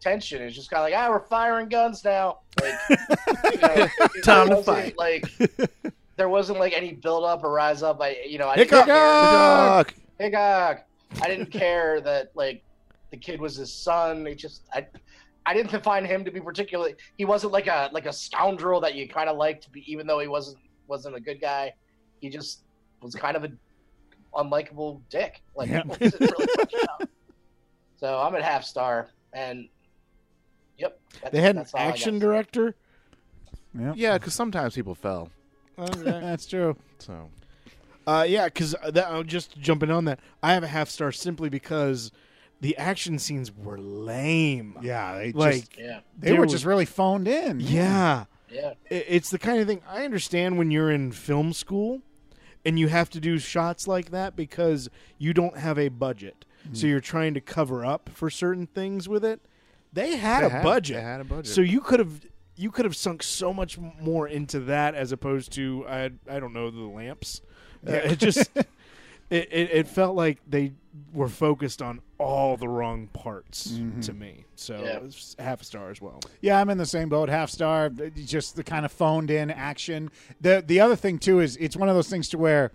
B: tension. It's just kind of like, ah, we're firing guns now. Like, you know, it
E: Time to
B: wasn't,
E: fight.
B: Like, there wasn't like any build up or rise up. I, you know, I
C: Hickok!
B: didn't care.
E: Fuck.
B: Hickok. I didn't care that like the kid was his son. It just, I, I didn't define him to be particularly. He wasn't like a like a scoundrel that you kind of liked, to be, even though he wasn't wasn't a good guy. He just was kind of an unlikable dick. Like,
A: Yeah.
B: wasn't really much about. so I'm at half star, and yep, that's,
C: They had an
B: that's all I got.
C: action director?
E: Yeah, because sometimes people fell.
A: That's true.
E: So
C: Uh, yeah, because that I'm just jumping on that. I have a half star simply because the action scenes were lame.
A: Yeah, they
C: Like-
A: just
B: Yeah,
A: they were
C: there
A: just really phoned in.
C: yeah.
B: yeah,
C: I- It's the kind of thing I understand when you're in film school and you have to do shots like that because you don't have a budget. So
E: Hmm.
C: you're trying to cover up for certain things with it. They had
E: They
C: a
E: had-
C: budget.
E: they had a budget.
C: So you could have you could have sunk so much more into that as opposed to I I don't know the lamps. Uh, it just it, it it felt like they were focused on all the wrong parts
E: Mm-hmm.
C: to me. So
B: Yeah.
C: it was half a star as well.
A: Yeah, I'm in the same boat. Half star, just the kind of phoned in action. The the other thing too is it's one of those things to where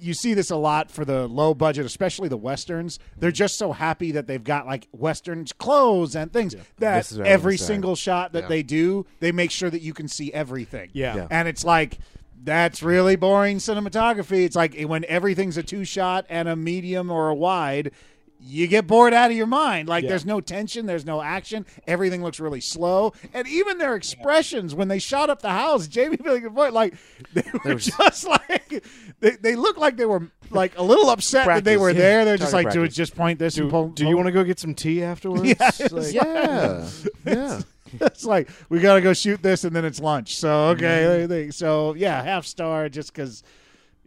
A: you see this a lot for the low budget, especially the westerns. They're just so happy that they've got like westerns clothes and things that
E: This is what I was
A: every
E: saying.
A: single shot that
E: Yeah.
A: they do, they make sure that you can see everything.
C: Yeah. Yeah.
A: and it's like. That's really boring cinematography. It's like when everything's a two shot and a medium or a wide, you get bored out of your mind. Like
C: Yeah.
A: there's no tension, there's no action. Everything looks really slow, and even their expressions when they shot up the house, Jamie made a good point. Like they were
E: was-
A: just like they, they looked like they were like a little upset that they
E: Practice.
A: were
E: Yeah.
A: there. They're just
E: Target
A: like, do it,
E: practice.
A: just point this.
C: Do,
A: and pull,
C: do you want to go get some tea afterwards? Like-
E: yeah, yeah.
A: to? it's like we gotta go shoot this, and then it's lunch. So okay,
E: Mm-hmm.
A: they- so yeah, half star just because.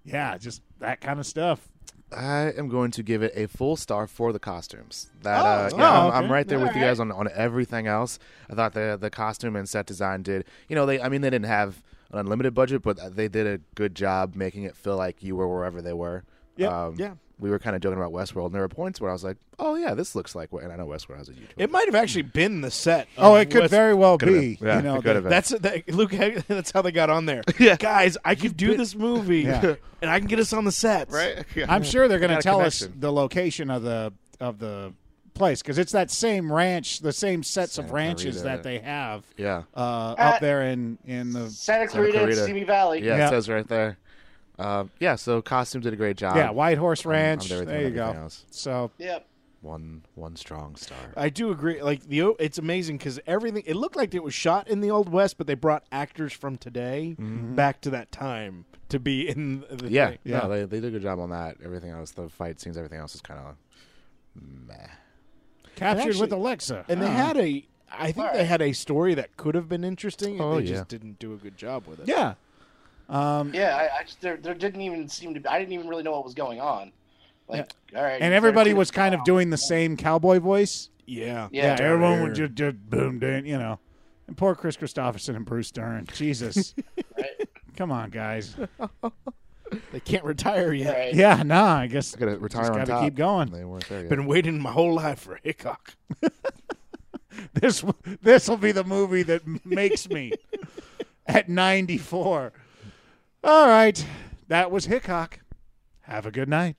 A: Yeah, just that kind of stuff.
E: I am going to give it a full star for the costumes. That
A: Oh,
E: uh,
A: oh,
E: yeah, I'm, I'm
A: okay.
E: right there with you
B: Alright.
E: guys on, on everything else. I thought the the costume and set design did. You know, they I mean they didn't have an unlimited budget, but they did a good job making it feel like you were wherever they were.
A: Yep,
E: um,
C: yeah.
E: We were kind of joking about Westworld, and there were points where I was like, "Oh yeah, this looks like," what-" and I know Westworld has a YouTube.
C: It might have actually been the set.
A: Oh,
C: of
A: it could
C: West-
A: very well
E: Could've
A: be.
E: been. Yeah,
A: you know,
E: it could have been.
C: That's that, Luke. That's how they got on there.
E: Yeah.
C: guys, I could do this movie,
A: Yeah.
C: and I can get us on the sets.
A: I'm sure they're going
E: Got
A: to
E: a
A: tell us
E: connection.
A: the location of the of the place because it's that same ranch, the same sets of
E: Santa
A: ranches
E: Clarita.
A: that they have
E: Yeah,
A: uh, up there in in the
B: Santa Clarita, and
E: Clarita.
B: Simi Valley.
E: yeah,
A: Yeah.
E: It says right there. Um, yeah, so costumes did a great job.
A: yeah White Horse
E: I'm
A: Ranch.
E: with
A: there you go.
E: everything else.
A: So
B: Yep.
E: One one strong star.
A: Uh,
C: I do agree. Like the, o- it's amazing because everything. It looked like it was shot in the old west, but they brought actors from today back to that time to be in the
E: Yeah,
C: thing.
A: Yeah.
E: no, they, they did a good job on that. Everything else, the fight scenes, everything else is kind of meh.
A: captured
C: actually-
A: with Alexa,
C: And they
A: Oh.
C: had a. I think they had a story that could have been interesting. and
E: Oh,
C: they
E: yeah.
C: just didn't do a good job with it.
A: yeah. Um,
B: Yeah, I, I just there, there didn't even seem to. be I didn't even really know what was going on. Like, all right,
A: and everybody
B: Santa
A: was kind of doing the same cowboy voice.
C: yeah.
A: Yeah,
B: Yeah.
A: everyone would just, just boom, dang, you know. And poor Chris Christopherson and Bruce Dern. Jesus,
B: Right.
A: come on, guys.
C: They can't retire yet.
B: Clarita, right?
A: Yeah, nah. I guess
E: I gotta retire
A: just
E: on
A: gotta
E: top.
A: keep going.
E: They weren't there yet.
C: Been waiting my whole life for Hickok.
A: this this will be the movie that makes me at 94 all right that was hickok have a good night